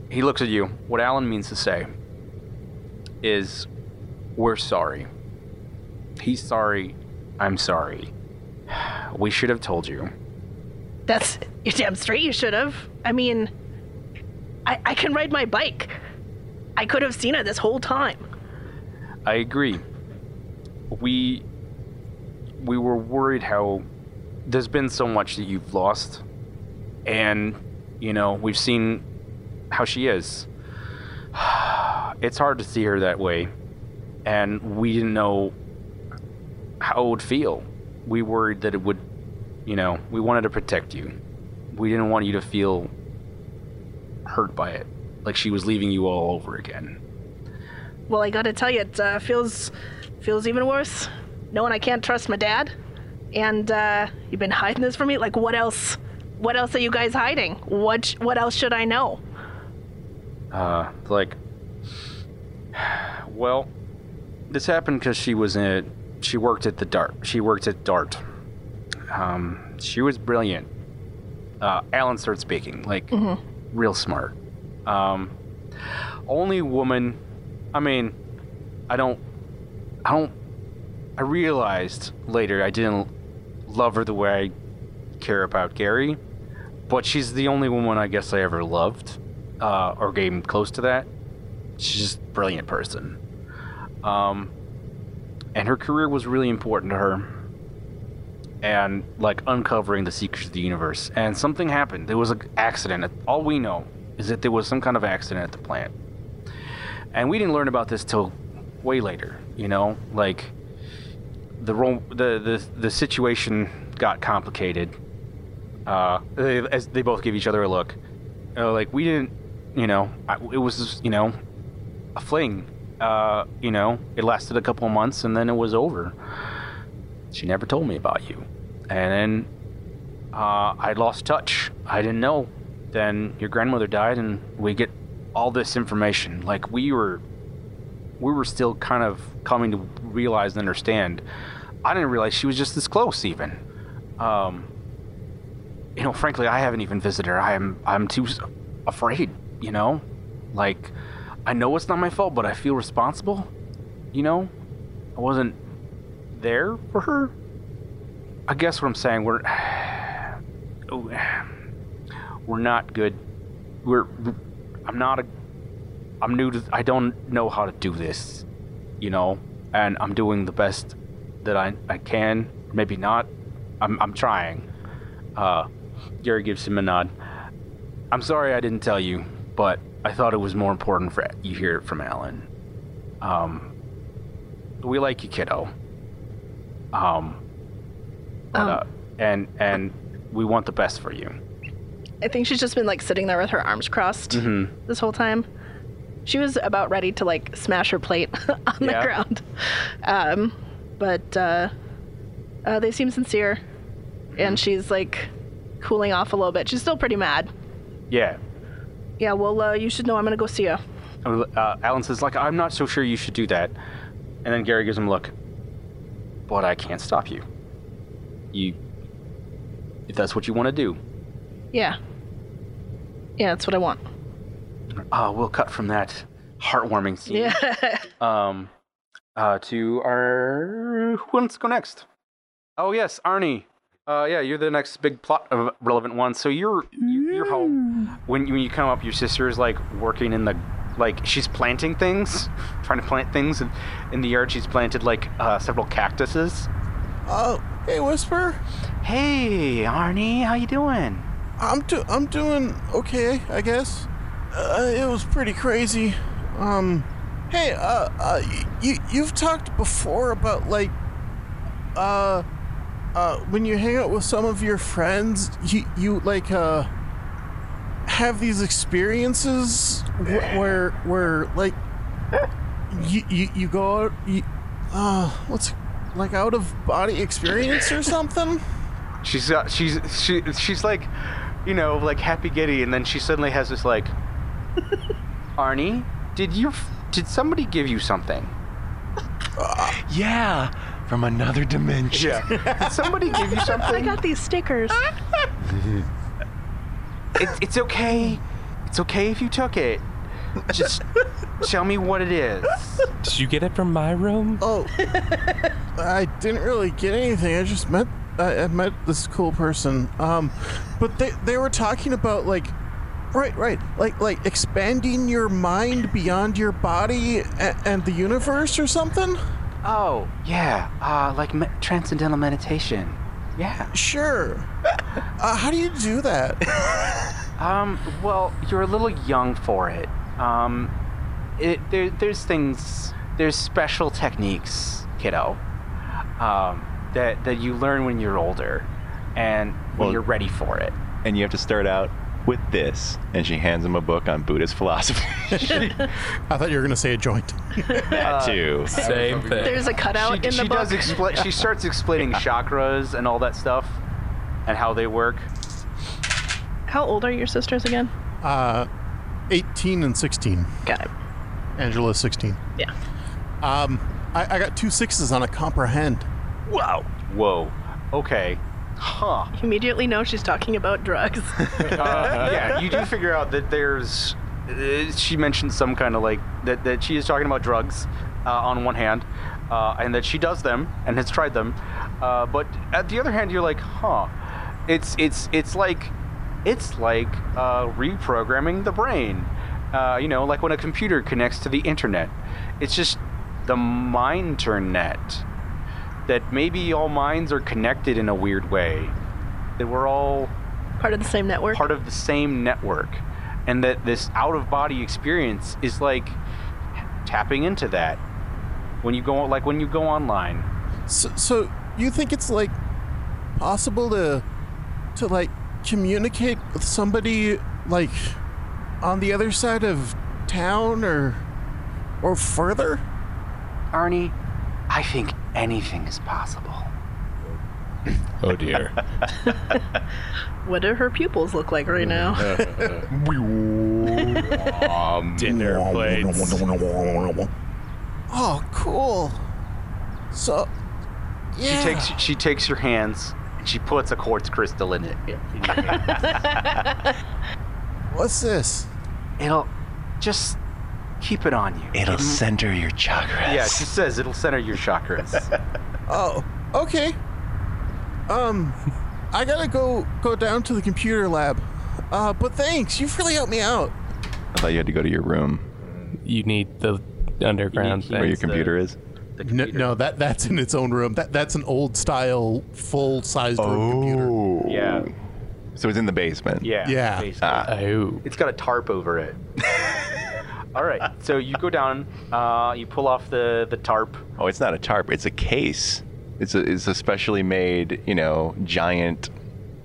B: He looks at you. What Alan means to say is, we're sorry. He's sorry. I'm sorry. We should have told you.
E: That's you're damn straight. You should have. I mean, I I can ride my bike. I could have seen her this whole time.
B: I agree. We we were worried how there's been so much that you've lost and you know, we've seen how she is. It's hard to see her that way and we didn't know how it would feel. We worried that it would, you know, we wanted to protect you. We didn't want you to feel hurt by it, like she was leaving you all over again.
E: Well, I gotta tell you, it uh, feels feels even worse. Knowing I can't trust my dad, and uh, you've been hiding this from me. Like, what else? What else are you guys hiding? What sh- What else should I know?
B: uh, like, well, this happened because she was in. She worked at the Dart. She worked at Dart. Um, she was brilliant. Uh, Alan starts speaking, like, real smart. Um, only woman. I mean, I don't. I don't. I realized later I didn't love her the way I care about Gary, but she's the only woman I guess I ever loved uh, or game close to that. She's just a brilliant person. Um, and her career was really important to her. And like uncovering the secrets of the universe. And something happened. There was an accident. All we know is that there was some kind of accident at the plant. And we didn't learn about this till way later, you know? Like the ro- the, the the situation got complicated. Uh, they, as they both give each other a look uh, like we didn't you know I, it was just, you know a fling uh, you know it lasted a couple of months and then it was over she never told me about you and then uh, i lost touch i didn't know then your grandmother died and we get all this information like we were we were still kind of coming to realize and understand i didn't realize she was just this close even um, you know, frankly, I haven't even visited her. I'm I'm too s- afraid, you know? Like I know it's not my fault, but I feel responsible, you know? I wasn't there for her. I guess what I'm saying, we're oh, we're not good. We're I'm not a I'm new to I don't know how to do this, you know? And I'm doing the best that I I can, maybe not. I'm I'm trying. Uh, Gary gives him a nod. I'm sorry I didn't tell you, but I thought it was more important for you hear it from Alan. Um, we like you, kiddo. Um, but,
E: Um.
B: uh, and and we want the best for you.
E: I think she's just been like sitting there with her arms crossed
B: Mm-hmm.
E: this whole time. She was about ready to like smash her plate on
B: Yeah.
E: the ground. Um, but uh, uh, they seem sincere,
B: Mm-hmm.
E: and she's like cooling off a little bit. She's still pretty mad.
B: Yeah.
E: Yeah, well, uh, you should know I'm gonna go see her.
B: Uh, Alan says, like, I'm not so sure you should do that. And then Gary gives him a look. But I can't stop you. You, if that's what you want to do,
E: Yeah. Yeah, that's what I want.
B: uh, we'll cut from that heartwarming scene
E: Yeah.
B: um, uh, to our who wants to go next? Oh yes, Arnie. Uh, yeah, you're the next big plot of relevant one. So you're you- you're home when when you come up. Your sister is like working in the like she's planting things, trying to plant things, and in the yard she's planted like uh, several cactuses.
G: Uh, hey, Whisper.
B: Hey, Arnie, how you doing?
G: I'm do- I'm doing okay, I guess. Uh, it was pretty crazy. Um, hey, uh, uh, y- you you've talked before about like, uh, uh, when you hang out with some of your friends, you you like uh have these experiences wh- where where like you you, you go out you, uh what's it- like out of body experience or something.
B: She's got she's she she's like, you know, like happy giddy, and then she suddenly has this like, Arnie, did you f- did somebody give you something?
F: Yeah, from another dimension.
B: Yeah. Did somebody give you
E: I
B: something?
E: got these stickers.
B: It, it's okay. It's okay if you took it. Just tell me what it is.
A: Did you get it from my room?
G: Oh, I didn't really get anything. I just met I, I met this cool person. Um, but they they were talking about like, right, right, like like expanding your mind beyond your body and, and the universe or something.
B: Oh, yeah. Uh, like me- transcendental meditation. Yeah.
G: Sure. Uh, how do you do that?
B: Um, well, you're a little young for it. Um, it there, there's things, there's special techniques, kiddo, um, that, that you learn when you're older and when
F: Well-
B: you're ready for it.
F: And you have to start out with this. And she hands him a book on Buddhist philosophy.
K: I thought you were going to say a joint.
F: that too.
A: Same thing.
E: There's a cutout
B: she,
E: in the
B: she
E: book.
B: does explain she starts explaining chakras and all that stuff and how they work
E: How old are your sisters again?
K: Uh, 18 and 16.
E: Got it.
K: Angela 16.
E: Yeah.
K: Um, I, I got two sixes on a comprehend.
B: wow whoa okay huh
E: Immediately know she's talking about drugs.
B: Uh, yeah you do figure out that there's uh, she mentioned some kind of like that, that she is talking about drugs uh, on one hand uh, and that she does them and has tried them uh, but at the other hand you're like huh it's it's it's like it's like uh, reprogramming the brain uh, you know like when a computer connects to the internet it's just the mind net that maybe all minds are connected in a weird way that we're all
E: Part of the same network.
B: part of the same network and that this out of body experience is like tapping into that when you go like when you go online
G: So, so you think it's like possible to to like communicate with somebody like on the other side of town or or further?
B: arnie i think anything is possible
C: Oh dear.
E: What do her pupils look like right now?
C: um, Dinner plates.
G: Oh, cool. So, yeah.
B: she takes she takes your hands and she puts a quartz crystal in it
G: What's this?
B: it'll just keep it on you
L: It'll center your chakras.
B: yeah she says it'll center your chakras
G: Oh, okay. Um, I gotta go go down to the computer lab. Uh, but thanks, you've really helped me out.
F: I thought you had to go to your room
A: You need the underground
B: You need-
A: thing.
F: where your
B: It's the-
F: computer is.
B: The
K: No,
B: computer.
K: no, that that's in its own room. That that's an old style, full sized
F: Oh.
K: room computer.
B: yeah
F: So it's in the basement.
B: yeah
K: Yeah.
B: basically.
A: Oh.
B: It's got a tarp over it. All right, so you go down, uh, you pull off the, the tarp.
F: Oh, it's not a tarp. It's a case. It's a it's a specially made, you know, giant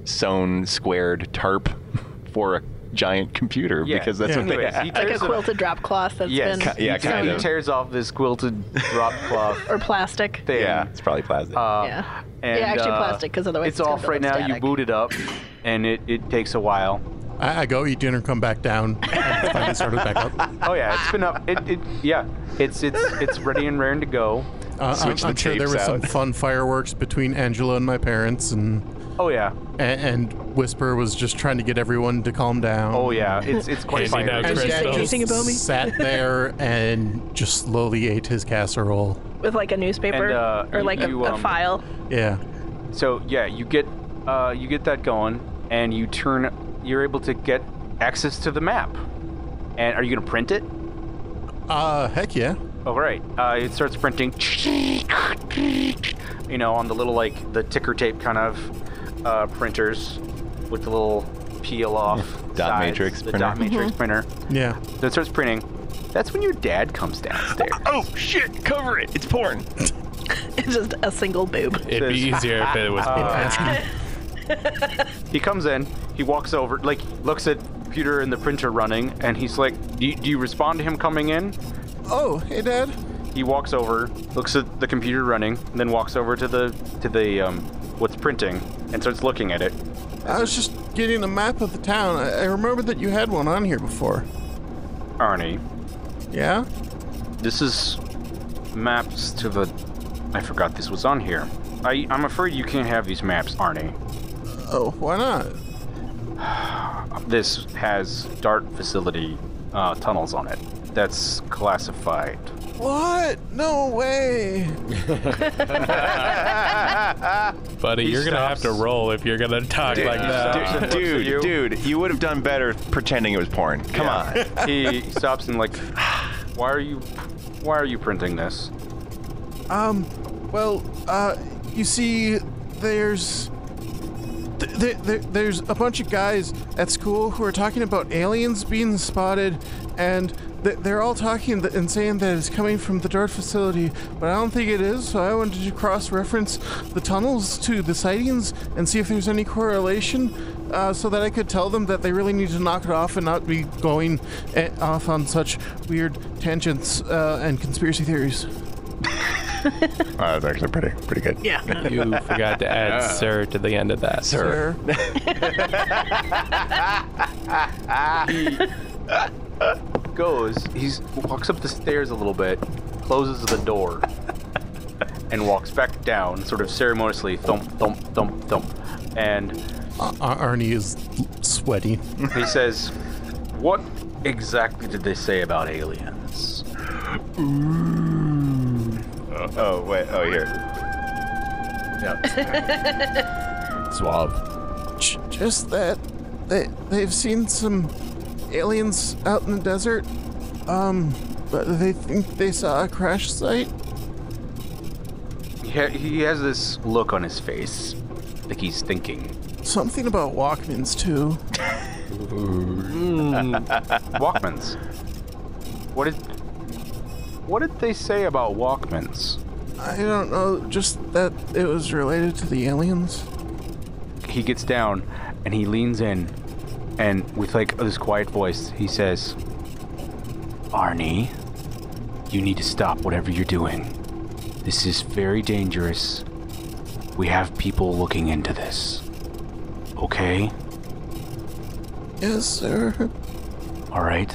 F: sewn squared tarp for a giant computer
B: Yeah.
F: because that's what they
B: Anyways, he
F: have.
E: like a
B: tears it-
E: quilted drop cloth that's
B: Yes,
E: been
B: he
F: yeah, kind
B: tears-
F: of.
B: He tears off this quilted drop cloth
E: or plastic.
B: thing.
F: Yeah, it's probably plastic.
B: Uh,
E: yeah.
B: and,
E: yeah, actually
B: uh,
E: plastic because otherwise
B: It's,
E: it's, gonna
B: off
E: build
B: right
E: up
B: now. You
E: static.
B: boot it up, and it, it takes a while.
K: I, I go eat dinner, come back down, and finally started back up. Uh,
B: Oh yeah, it's been up. It, it yeah, it's it's it's ready and raring to go.
K: I'm,
F: Switch the
K: I'm sure there
F: tapes
K: were some
F: out.
K: fun fireworks between Angela and my parents, and
B: Oh yeah.
G: A- and, and Whisper was just trying to get everyone to calm down.
B: Oh yeah. It's it's quite
A: Handy now,
B: fiery.
G: And
A: Chris.
G: Dad
A: Crystals.
G: just
E: Anything about me?
G: sat there and just slowly ate his casserole.
E: with like a newspaper
B: And, uh,
E: or like
B: you,
E: a, a
B: um,
E: file.
G: Yeah.
B: So yeah, you get uh, you get that going, and you turn. You're able to get access to the map. And are you gonna print it?
G: Uh, heck yeah.
B: All right. Uh, it starts printing. You know, on the little like the ticker tape kind of uh, printers with the little peel off
I: Dot matrix
B: the
I: printer.
B: dot matrix printer.
G: Yeah.
B: So it starts printing. That's when your dad comes downstairs.
I: Oh shit! Cover it. It's porn.
E: It's just a single boob.
A: It'd be easier if it was.
C: Uh,
B: He comes in, he walks over, like, looks at computer and the printer running, and he's like, do you, do you respond to him coming in?
G: Oh, hey, Dad.
B: He walks over, looks at the computer running, and then walks over to the to the um, what's printing and starts looking at it.
G: I was just getting a map of the town. I, I remember that you had one on here before.
B: Arnie,
G: Yeah?
B: this is maps to the. I forgot this was on here. I I'm afraid you can't have these maps, Arnie.
G: Oh, why not?
B: This has Dart facility uh, tunnels on it. That's classified.
G: What? No way.
A: Buddy,
B: He
A: you're gonna have to
B: stops.
A: roll if you're gonna talk like that.
B: stops and looks at
I: dude,
B: you.
I: dude, you would have done better pretending it was porn. Come on.
B: he stops and like why are you why are you printing this
G: Um, well, uh, you see, there's. th- There, there, there's a bunch of guys at school who are talking about aliens being spotted, and th- they're all talking th- and saying that it's coming from the DART facility, but I don't think it is, so I wanted to cross reference the tunnels to the sightings and see if there's any correlation uh, so that I could tell them that they really need to knock it off and not be going eh, off on such weird tangents uh, and conspiracy theories.
I: Uh, that's actually pretty, pretty good.
E: Yeah.
A: You forgot to add sir to the end of that.
I: Sir.
B: goes he's walks up the stairs a little bit closes the door and walks back down sort of ceremoniously thump thump thump thump and
G: Ar- Arnie is sweaty.
B: he says what exactly did they say about aliens
I: Oh wait. Oh here.
C: Suave.
G: J- Just that they they've seen some aliens out in the desert. Um, but they think they saw a crash site.
B: he, ha- he has this look on his face like he's thinking
G: Something about Walkmans too.
B: walkmans what did what did they say about walkmans
G: I don't know. Just that it was related to the aliens.
B: he gets down and he leans in and with like this quiet voice he says arnie you need to stop whatever you're doing this is very dangerous we have people looking into this okay
G: Yes, sir.
B: all right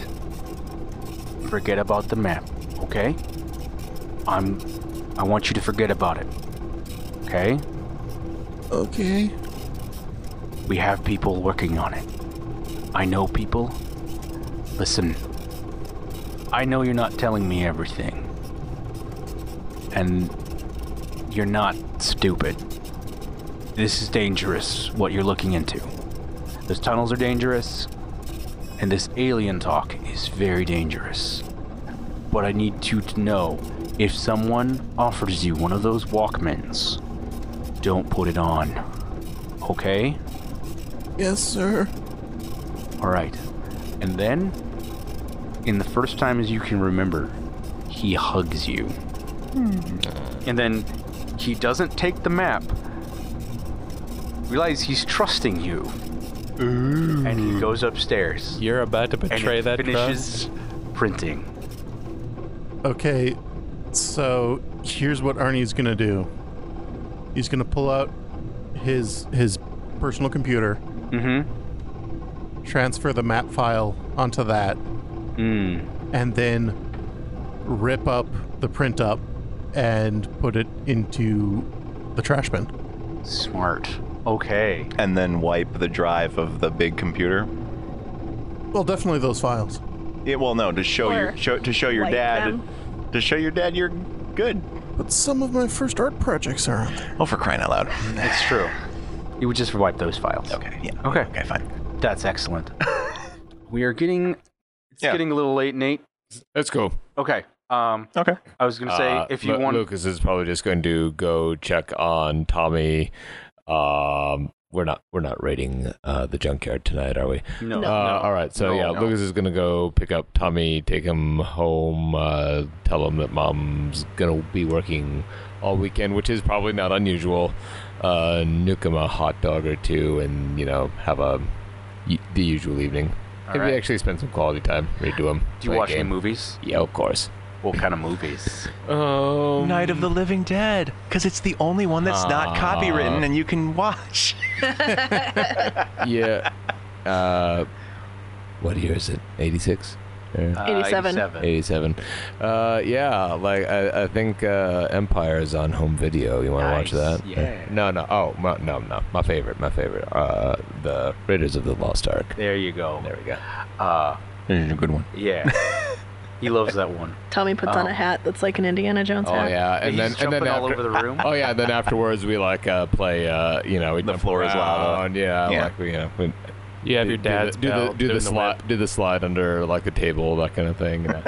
B: forget about the map okay i'm i want you to forget about it okay
G: Okay.
B: We have people working on it. I know people. Listen, I know you're not telling me everything. And you're not stupid. This is dangerous, what you're looking into. Those tunnels are dangerous, and this alien talk is very dangerous. But I need you to know if someone offers you one of those Walkmans, don't put it on. Okay?
G: Yes, sir.
B: All right. And then, in the first time as you can remember, he hugs you.
F: Hmm.
B: And then he doesn't take the map. Realize he's trusting you. And he goes upstairs.
A: You're about to
B: And
A: betray
B: it
A: that trust.
B: finishes printing.
G: Okay, so here's what Arnie's gonna do. He's gonna pull out his his personal computer,
B: Mm-hmm.
G: transfer the map file onto that,
B: Mm.
G: and then rip up the print up and put it into the trash bin.
B: Smart. Okay.
F: and then wipe the drive of the big computer.
G: Well, definitely those files.
F: It, well, no, to show
E: Or
F: your show, to show your
E: wipe
F: dad
E: them.
F: to show your dad you're good.
G: But some of my first art projects are on there.
F: Oh, for crying out loud!
B: It's true. You would just wipe those files.
F: Okay, yeah,
B: Okay.
F: okay, fine.
B: That's excellent. we are getting. It's
F: Yeah.
B: getting a little late, Nate.
C: Let's go.
B: Okay. Um,
F: Okay.
B: I was gonna say
C: Uh,
B: if you
C: Lu-
B: want,
C: Lucas is probably just going to go check on Tommy. Um, we're not we're not raiding uh, the junkyard tonight, are we?
B: no,
C: Uh, All right. So
B: No,
C: yeah,
B: no.
C: Lucas is gonna go pick up Tommy, take him home, uh, tell him that mom's gonna be working all weekend, which is probably not unusual. Uh, nuke him a hot dog or two, and you know have a y- the usual evening.
B: All
C: Maybe
B: right.
C: actually spend some quality time. Redo him.
B: Do you watch any movies?
C: Yeah, of course.
B: What kind of movies?
C: Um,
F: Night of the Living Dead, because it's the only one that's not
C: Ah.
F: copywritten and you can watch.
C: yeah. Uh, what year is it? 86?
B: Uh,
E: 87.
C: 87. Uh, yeah, like I, I think uh, Empire is on home video. You want to watch
B: Nice,
C: that?
B: yeah.
C: No, no. Oh, my, no, no. My favorite, my favorite. Uh, the Raiders of the Lost Ark.
B: There you go.
C: There we go.
B: Uh,
F: It's a good one.
B: yeah. he loves that one.
E: Tommy puts
B: Uh-huh.
E: on a hat that's like an Indiana Jones
C: Oh
E: hat.
C: yeah, and then
B: He's
C: and
B: jumping
C: then after,
B: all over the room.
C: oh yeah, then afterwards we like uh, play. Uh, you know, we
F: The
C: jump
F: floor is lava.
C: around, Yeah,
F: Yeah.
C: like we, you know, we
A: You have your
C: do the-
A: dad's
C: do the
A: belt,
C: do the
A: doing the
C: slide do the slide under like the table that kind of thing. you know.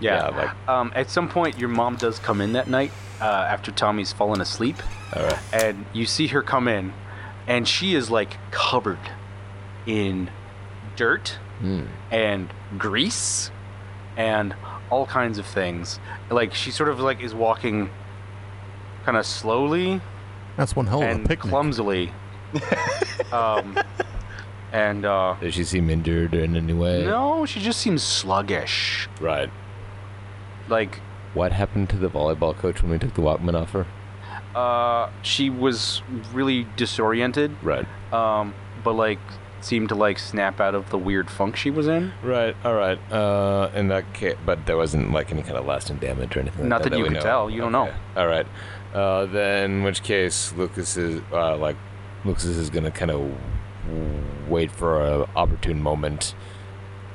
B: yeah.
C: like
B: Um, at some point, your mom does come in that night uh, after Tommy's fallen asleep,
C: all right.
B: and you see her come in, and she is like covered in dirt
C: Hmm.
B: and grease and all kinds of things. Like she sort of like is walking kind of slowly
G: That's one hell of Oh, a
B: and
G: picnic.
B: clumsily. um, and uh,
C: Does she seem injured in any way?
B: no, she just seems sluggish.
C: Right.
B: Like
C: What happened to the volleyball coach when we took the Walkman off her?
B: uh, she was really disoriented,
C: Right.
B: um, but like seemed to like snap out of the weird funk she was in.
C: Right. All right. Uh, in that case, but there wasn't like any kind of lasting damage or anything.
B: Not
C: like that,
B: that you
C: we
B: could
C: know.
B: tell, you don't
C: Okay. All right. Uh, then, in which case, Lucas is uh, like, Lucas is gonna kind of wait for a opportune moment,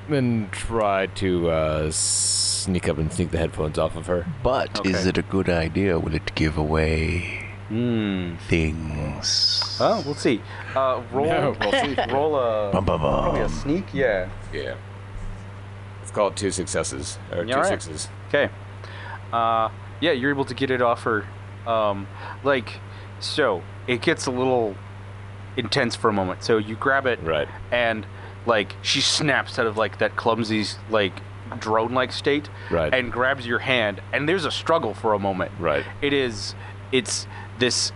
C: and try to uh, sneak up and sneak the headphones off of her.
F: But
B: Okay.
F: is it a good idea? Will it give away
B: Hmm.
F: things?
B: Oh, we'll see. Uh, roll,
C: No, we'll see.
B: roll a
F: Bum, bum, bum.
B: probably a sneak. Yeah.
C: Yeah. Let's call it two successes
B: Yeah,
C: or two
B: all right.
C: sixes.
B: Okay. Uh, yeah, you're able to get it off her. Um, like, so it gets a little intense for a moment. So you grab it,
C: Right.
B: and like she snaps out of like that clumsy like drone-like state,
C: Right.
B: and grabs your hand. And there's a struggle for a moment.
C: Right.
B: It is. It's this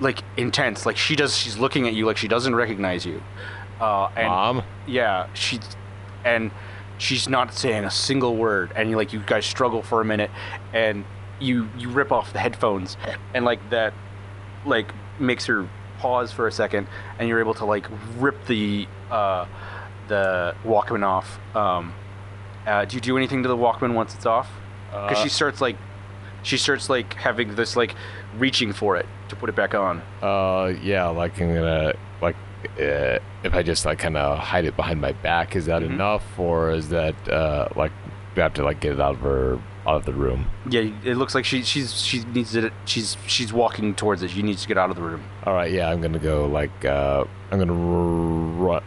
B: like intense. Like she does. She's looking at you like she doesn't recognize you. Uh, and
C: Mom.
B: yeah she and she's not saying a single word and you like you guys struggle for a minute and you you rip off the headphones and like that like makes her pause for a second and you're able to like rip the uh the walkman off um uh, do you do anything to the walkman once it's off because she starts like she starts like having this like reaching for it to put it back on
C: Uh, yeah, like I'm gonna like uh, if I just like kind of hide it behind my back, is that
B: Mhm.
C: enough, or is that uh like do I have to like get it out of her out of the room?
B: yeah it looks like she she's she needs it she's she's walking towards it she needs to get out of the room
C: All right, yeah, I'm gonna go like uh I'm gonna run.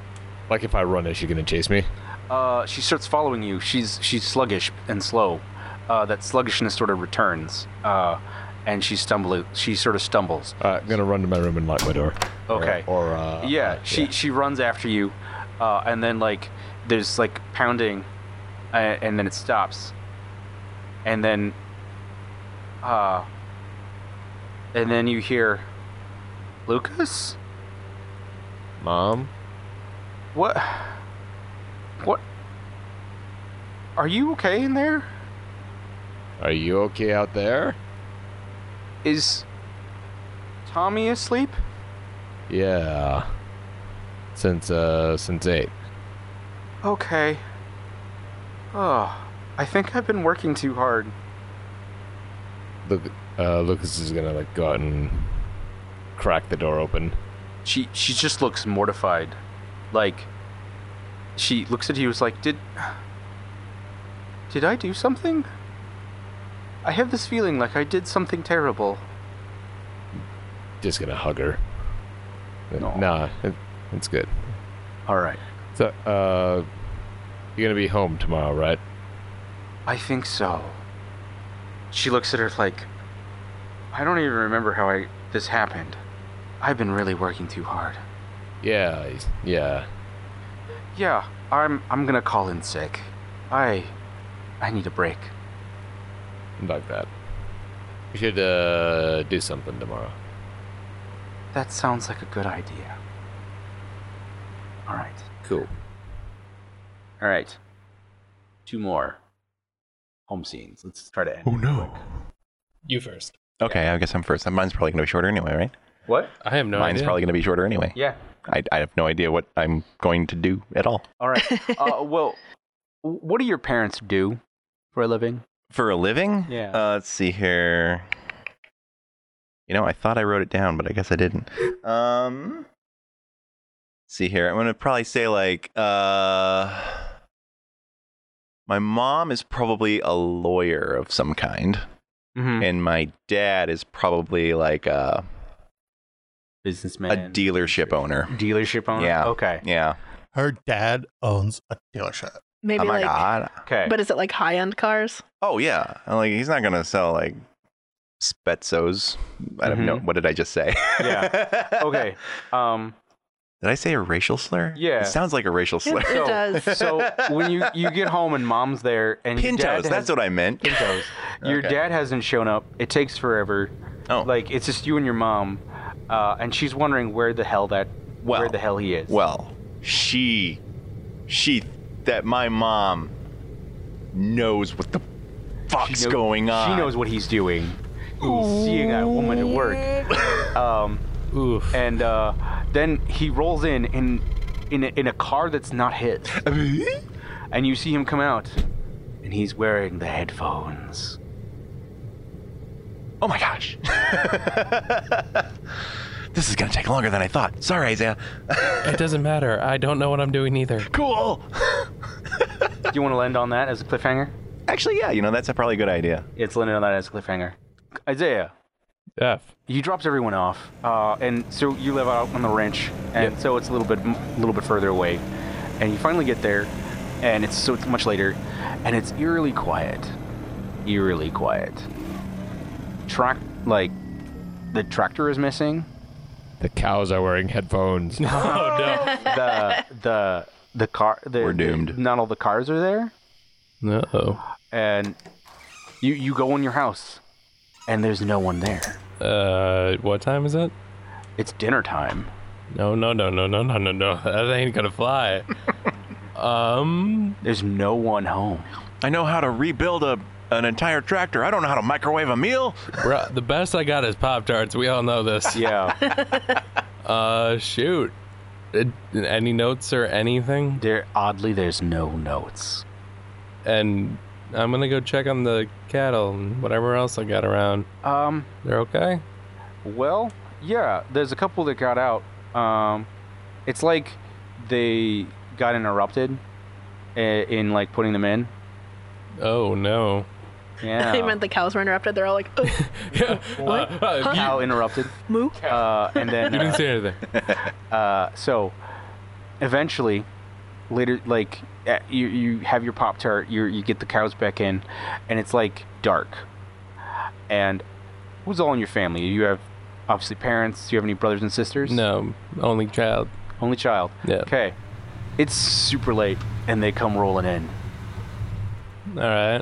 C: Like if I run, is she gonna chase me?
B: Uh, she starts following you. She's she's sluggish and slow. Uh, that sluggishness sort of returns, uh, and she stumbles. She sort of stumbles.
C: Uh, I'm gonna run to my room and lock my door. Or-
B: Okay.
C: Or, uh,
B: yeah,
C: uh,
B: she she runs after you, uh, and then like there's like pounding, uh, and then it stops, and then, uh, and then you hear, Lucas,
C: Mom.
B: what, what, are you okay in there?
C: Are you okay out there?
B: Is Tommy asleep?
C: Yeah. Since uh since eight.
B: Okay. Oh, I think I've been working too hard.
C: Look, uh, Lucas is gonna like go out and crack the door open.
B: She she just looks mortified. Like she looks at you is like, "Did Did I do something? I have this feeling like I did something terrible."
C: Just gonna hug her.
B: No.
C: Nah, it, it's good.
B: All right.
C: So, uh, you're gonna be home tomorrow, right?
B: I think so. She looks at her like, I don't even remember how I this happened. I've been really working too hard.
C: Yeah, yeah.
B: Yeah, I'm I'm gonna call in sick. I I need a break.
C: Like that. We should uh, do something tomorrow.
B: That sounds like a good idea. All right.
C: Cool.
B: All right. Two more home scenes. Let's try to end.
I: Oh no.
A: You first.
F: Okay, I guess I'm first. Mine's probably gonna be shorter anyway, right?
B: What?
A: I have no
F: Mine's
A: idea.
F: probably gonna be shorter anyway.
B: Yeah.
F: I, I have no idea what I'm going to do at all.
B: All right. uh, well, what do your parents do for a living?
F: For a living?
B: Yeah.
F: Uh, let's see here. You know, I thought I wrote it down, but I guess I didn't. Um, let's see here. I'm gonna probably say like, uh, my mom is probably a lawyer of some kind,
B: Mm-hmm.
F: and my dad is probably like a,
B: Businessman.
F: a dealership owner.
B: dealership owner.
F: Yeah.
B: Okay.
F: Yeah.
G: Her dad owns a dealership.
E: Maybe
F: oh my
E: like,
F: god.
B: Okay.
E: but is it like high end cars?
F: Oh yeah. I'm like he's not gonna sell like Spetzos. I don't know. What did I just say?
B: Yeah. okay. Um.
F: Did I say a racial slur?
B: Yeah.
F: It sounds like a racial
E: It,
F: slur.
E: it
B: So-
E: does.
B: So when you you get home and mom's there and your dad
F: Pintos. That's
B: has-
F: what I meant.
B: Pintos. Your
F: Okay.
B: dad hasn't shown up. It takes forever.
F: Oh.
B: Like it's just you and your mom, uh, and she's wondering where the hell that
F: Well,
B: where the hell he is.
F: Well, she, she, that my mom knows what the
B: She
F: fuck's
B: know-
F: going on.
B: She knows what he's doing. He's seeing that woman at work. Um,
A: Oof.
B: and uh, then he rolls in in in a, in a car that's not hit,
F: Uh-huh.
B: and you see him come out, and he's wearing the headphones.
F: Oh my gosh. this is gonna take longer than I thought. Sorry, Isaiah.
A: It doesn't matter. I don't know what I'm doing either.
F: Cool.
B: Do you want to land on that as a cliffhanger?
F: Actually, yeah. You know that's a probably good idea.
B: It's landed on that as a cliffhanger. Isaiah,
A: F.
B: he drops everyone off, uh, and so you live out on the ranch, and so it's a little bit, a little bit further away, and you finally get there, and it's so it's much later, and it's eerily quiet, eerily quiet. Track like the tractor is missing,
C: The cows are wearing headphones.
A: Oh no.
B: the the the car. The,
F: We're doomed.
B: Not all the cars are there,
A: No. oh.
B: and you you go in your house, and there's no one there.
A: Uh, what time is it?
B: It's dinner time.
A: No, no, no, no, no, no, no, no. That ain't gonna fly. um,
B: There's no one home.
I: I know how to rebuild a an entire tractor. I don't know how to microwave a meal.
A: bro, the best I got is Pop Tarts. We all know this.
B: Yeah.
A: Uh, shoot. Uh, Any notes or anything?
B: There oddly there's no notes.
A: And I'm gonna go check on the cattle and whatever else I got around.
B: Um
A: They're okay?
B: well, yeah, there's a couple that got out. Um it's like they got interrupted i- in like putting them in.
A: Oh no.
B: Yeah.
E: they meant the cows were interrupted. They're all like, oh,
A: Yeah. uh, uh,
B: Cow interrupted.
E: moo.
B: Uh and then
A: you didn't
B: uh,
A: say anything.
B: uh, so eventually later like uh, you you have your pop tart you you get the cows back in and it's like dark and who's all in your family you have obviously parents do you have any brothers and sisters
A: No, only child.
B: only child
A: Yeah.
B: okay it's super late and they come rolling in
A: All right.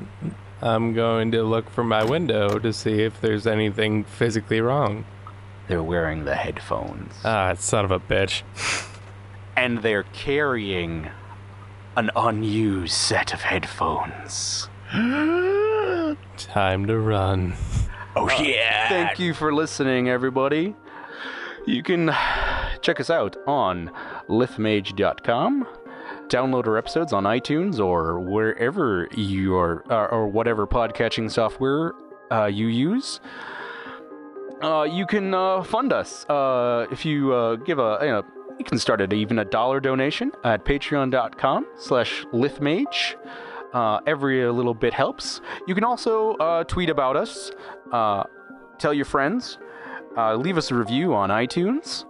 A: I'm going to look from my window to see if there's anything physically wrong.
B: they're wearing the headphones
A: Ah, son of a bitch.
B: and they're carrying an unused set of headphones
A: Time to run.
B: Thank you for listening, everybody. You can check us out on lithmage.com. Download our episodes on iTunes or wherever uh, you are, or, or whatever podcatching software uh, you use. uh, you can uh, fund us uh, if you uh, give a you know you can start at even a dollar donation at patreon.com slash lithmage uh, every little bit helps you can also uh, tweet about us uh, tell your friends uh, leave us a review on itunes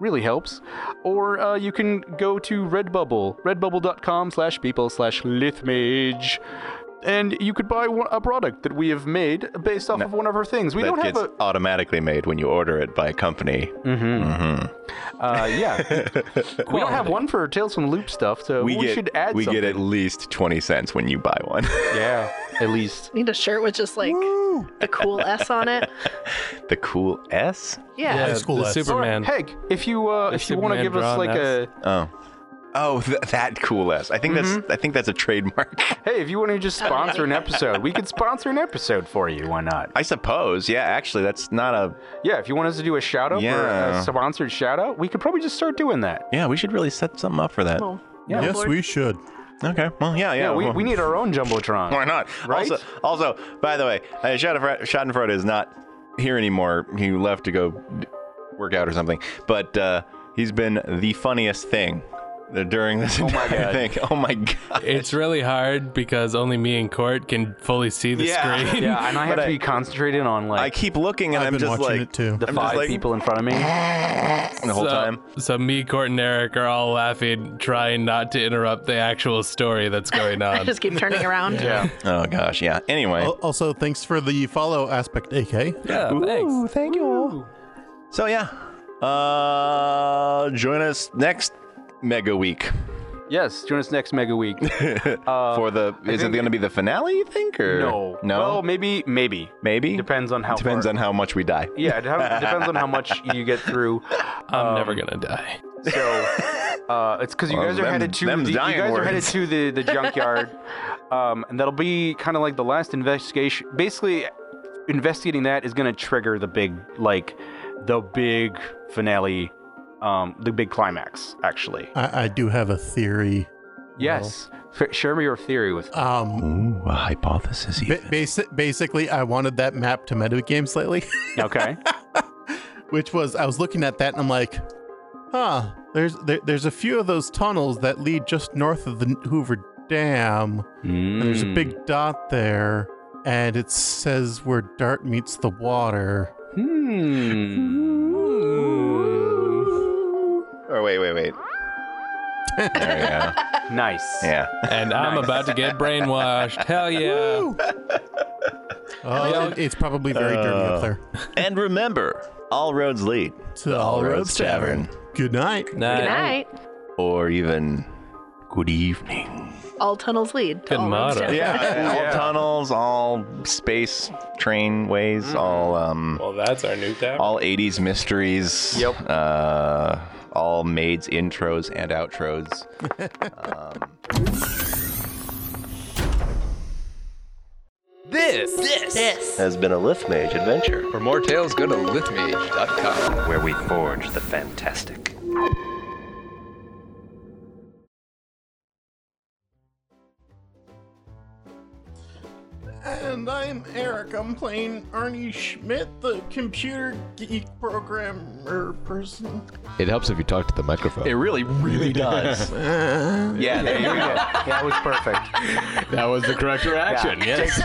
B: really helps or uh, you can go to redbubble redbubble.com slash people slash lithmage and you could buy one- a product that we have made based off of one of our things we don't
F: that
B: have
F: gets
B: a
F: automatically made when you order it by a company.
B: Uh, yeah. we don't have one for Tales from the Loop stuff, so we,
F: get
B: should add
F: we
B: something.
F: get at least twenty cents when you buy one.
B: Yeah, at least.
E: Need a shirt with just like the cool S on it.
F: the cool S.
E: Yeah.
D: High school
A: the
D: S.
A: Superman.
B: Peg, if you uh,
A: The
B: if you want to
A: Superman
B: give us
A: drawn
B: like a
F: Oh. Oh, th- that cool S. I think
I: Mm-hmm.
F: that's I think that's a trademark.
B: hey, if you want to just sponsor an episode, we could sponsor an episode for you. Why not?
F: I suppose. Yeah, actually, that's not a.
B: Yeah, if you want us to do a shout out or
F: Yeah.
B: a sponsored shout out, we could probably just start doing that.
F: Yeah, we should really set something up for that.
E: Well,
B: Yeah.
D: yes, we should.
F: Okay. Well, yeah, yeah.
B: Yeah, we,
F: well,
B: we need our own jumbotron.
F: Why not?
B: Right?
F: Also, also, by the way, uh, Schadenfre- Schadenfreude is not here anymore. He left to go d- work out or something. But uh, he's been the funniest thing during this entire
B: God.
F: thing. Oh my god.
A: It's really hard because only me and Court can fully see the
F: Yeah.
A: screen.
B: Yeah, and I have
F: But
B: to
F: I-
B: be concentrated on
F: I
B: like
F: keep looking and
D: I've
F: am
D: been
F: just
D: watching
F: like
D: it too.
B: the
F: I'm just
B: five
F: like-
B: people in front of me.
F: the whole
A: so,
F: time.
A: So me, Court, and Eric are all laughing, trying not to interrupt the actual story that's going
E: I
A: on.
E: just keep turning around.
B: Yeah.
F: Oh gosh, yeah. Anyway.
D: Al- Also, thanks for the follow aspect, AK.
A: yeah, thanks.
F: thank you all. So yeah.
B: Oh.
F: Uh join us next mega week
B: Yes, join us next mega week.
F: for the is it
B: Uh, think-
F: going to be the finale you think or
B: No,
F: no
B: Well, maybe, maybe.
F: maybe
B: Depends on how.
F: depends
B: far.
F: on how much we die
B: Yeah, it dep- depends on how much you get through. Um,
A: I'm never gonna die.
B: So uh, it's because you
F: Well,
B: guys are
F: them-
B: headed to the,
F: them's
B: you
F: dying
B: guys are headed
F: words.
B: to the the junkyard, um, and that'll be kind of like the last investigation. Basically, investigating that is going to trigger the big like the big finale, um, the big climax. Actually,
D: I, I do have a theory.
B: yes. F- share me your theory with.
D: Um,
F: Ooh, a hypothesis
D: ba- basi- basically, I wanted that map to metagame slightly.
B: Okay.
D: which was I was looking at that and I'm like, huh, there's there, there's a few of those tunnels that lead just north of the Hoover Dam, and there's a
B: Mm.
D: big dot there, and it says where Dart meets the water.
B: Hmm.
F: Or wait, wait, wait. There we go.
B: Nice.
F: Yeah.
A: And I'm about to get brainwashed. Hell yeah.
D: Oh, it- it's probably very dirty up there.
F: And remember, all roads lead
D: To All Roads Tavern. Good night.
A: Night.
E: Good night.
F: or even good evening.
E: All tunnels lead to
A: Good
E: all roads
A: motto.
E: down.
F: Yeah, all tunnels, all space trainways, all um,
A: Well, that's our new tavern.
F: all '80s mysteries.
B: Yep.
F: Uh, all maids intros and outros.
E: This.
H: has been a Lift Mage adventure.
M: For more tales, go to lithmage.com.
H: where we forge the fantastic.
D: And I'm Eric. I'm playing Arnie Schmidt, the computer geek programmer person.
C: It helps if you talk to the microphone.
F: really, really does. yeah, there you go.
B: That was perfect.
C: that was the correct reaction. yes.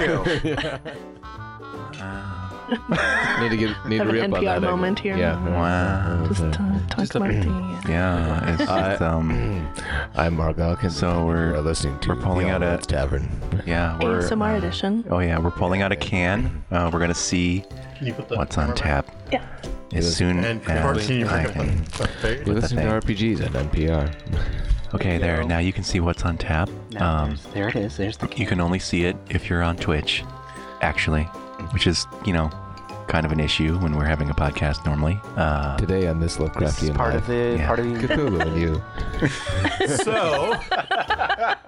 C: need to get need
E: Uh,
C: to
E: Have an
C: re up on
E: NPR
C: that. I think.
E: moment here.
C: Yeah.
F: Wow.
E: Just uh, talk about the.
F: Yeah, it's just, um,
C: I'm Mark Alkins.
F: So we're-
C: You're listening to
F: we're pulling
C: the
F: out
C: All
F: a-
C: Roads Tavern.
F: yeah, we're.
E: ASMR edition.
F: Oh yeah, we're pulling out a can. Uh, we're gonna see
D: Can you put the
F: what's on tap.
E: Yeah.
F: As soon
D: And
F: as
D: can you
F: I
D: pick up
F: can.
D: the- the-
C: You're
F: the
C: listening to RPGs on NPR.
F: Okay, there. Now you can see what's on tap. Um,
H: There it is. There's the
F: you can only see it if you're on Twitch, actually, which is you know kind of an issue when we're having a podcast normally. Uh,
C: Today on this Lovecraftian
B: Part of the
F: Yeah.
B: part of the
C: Cthulhu and you.
D: So,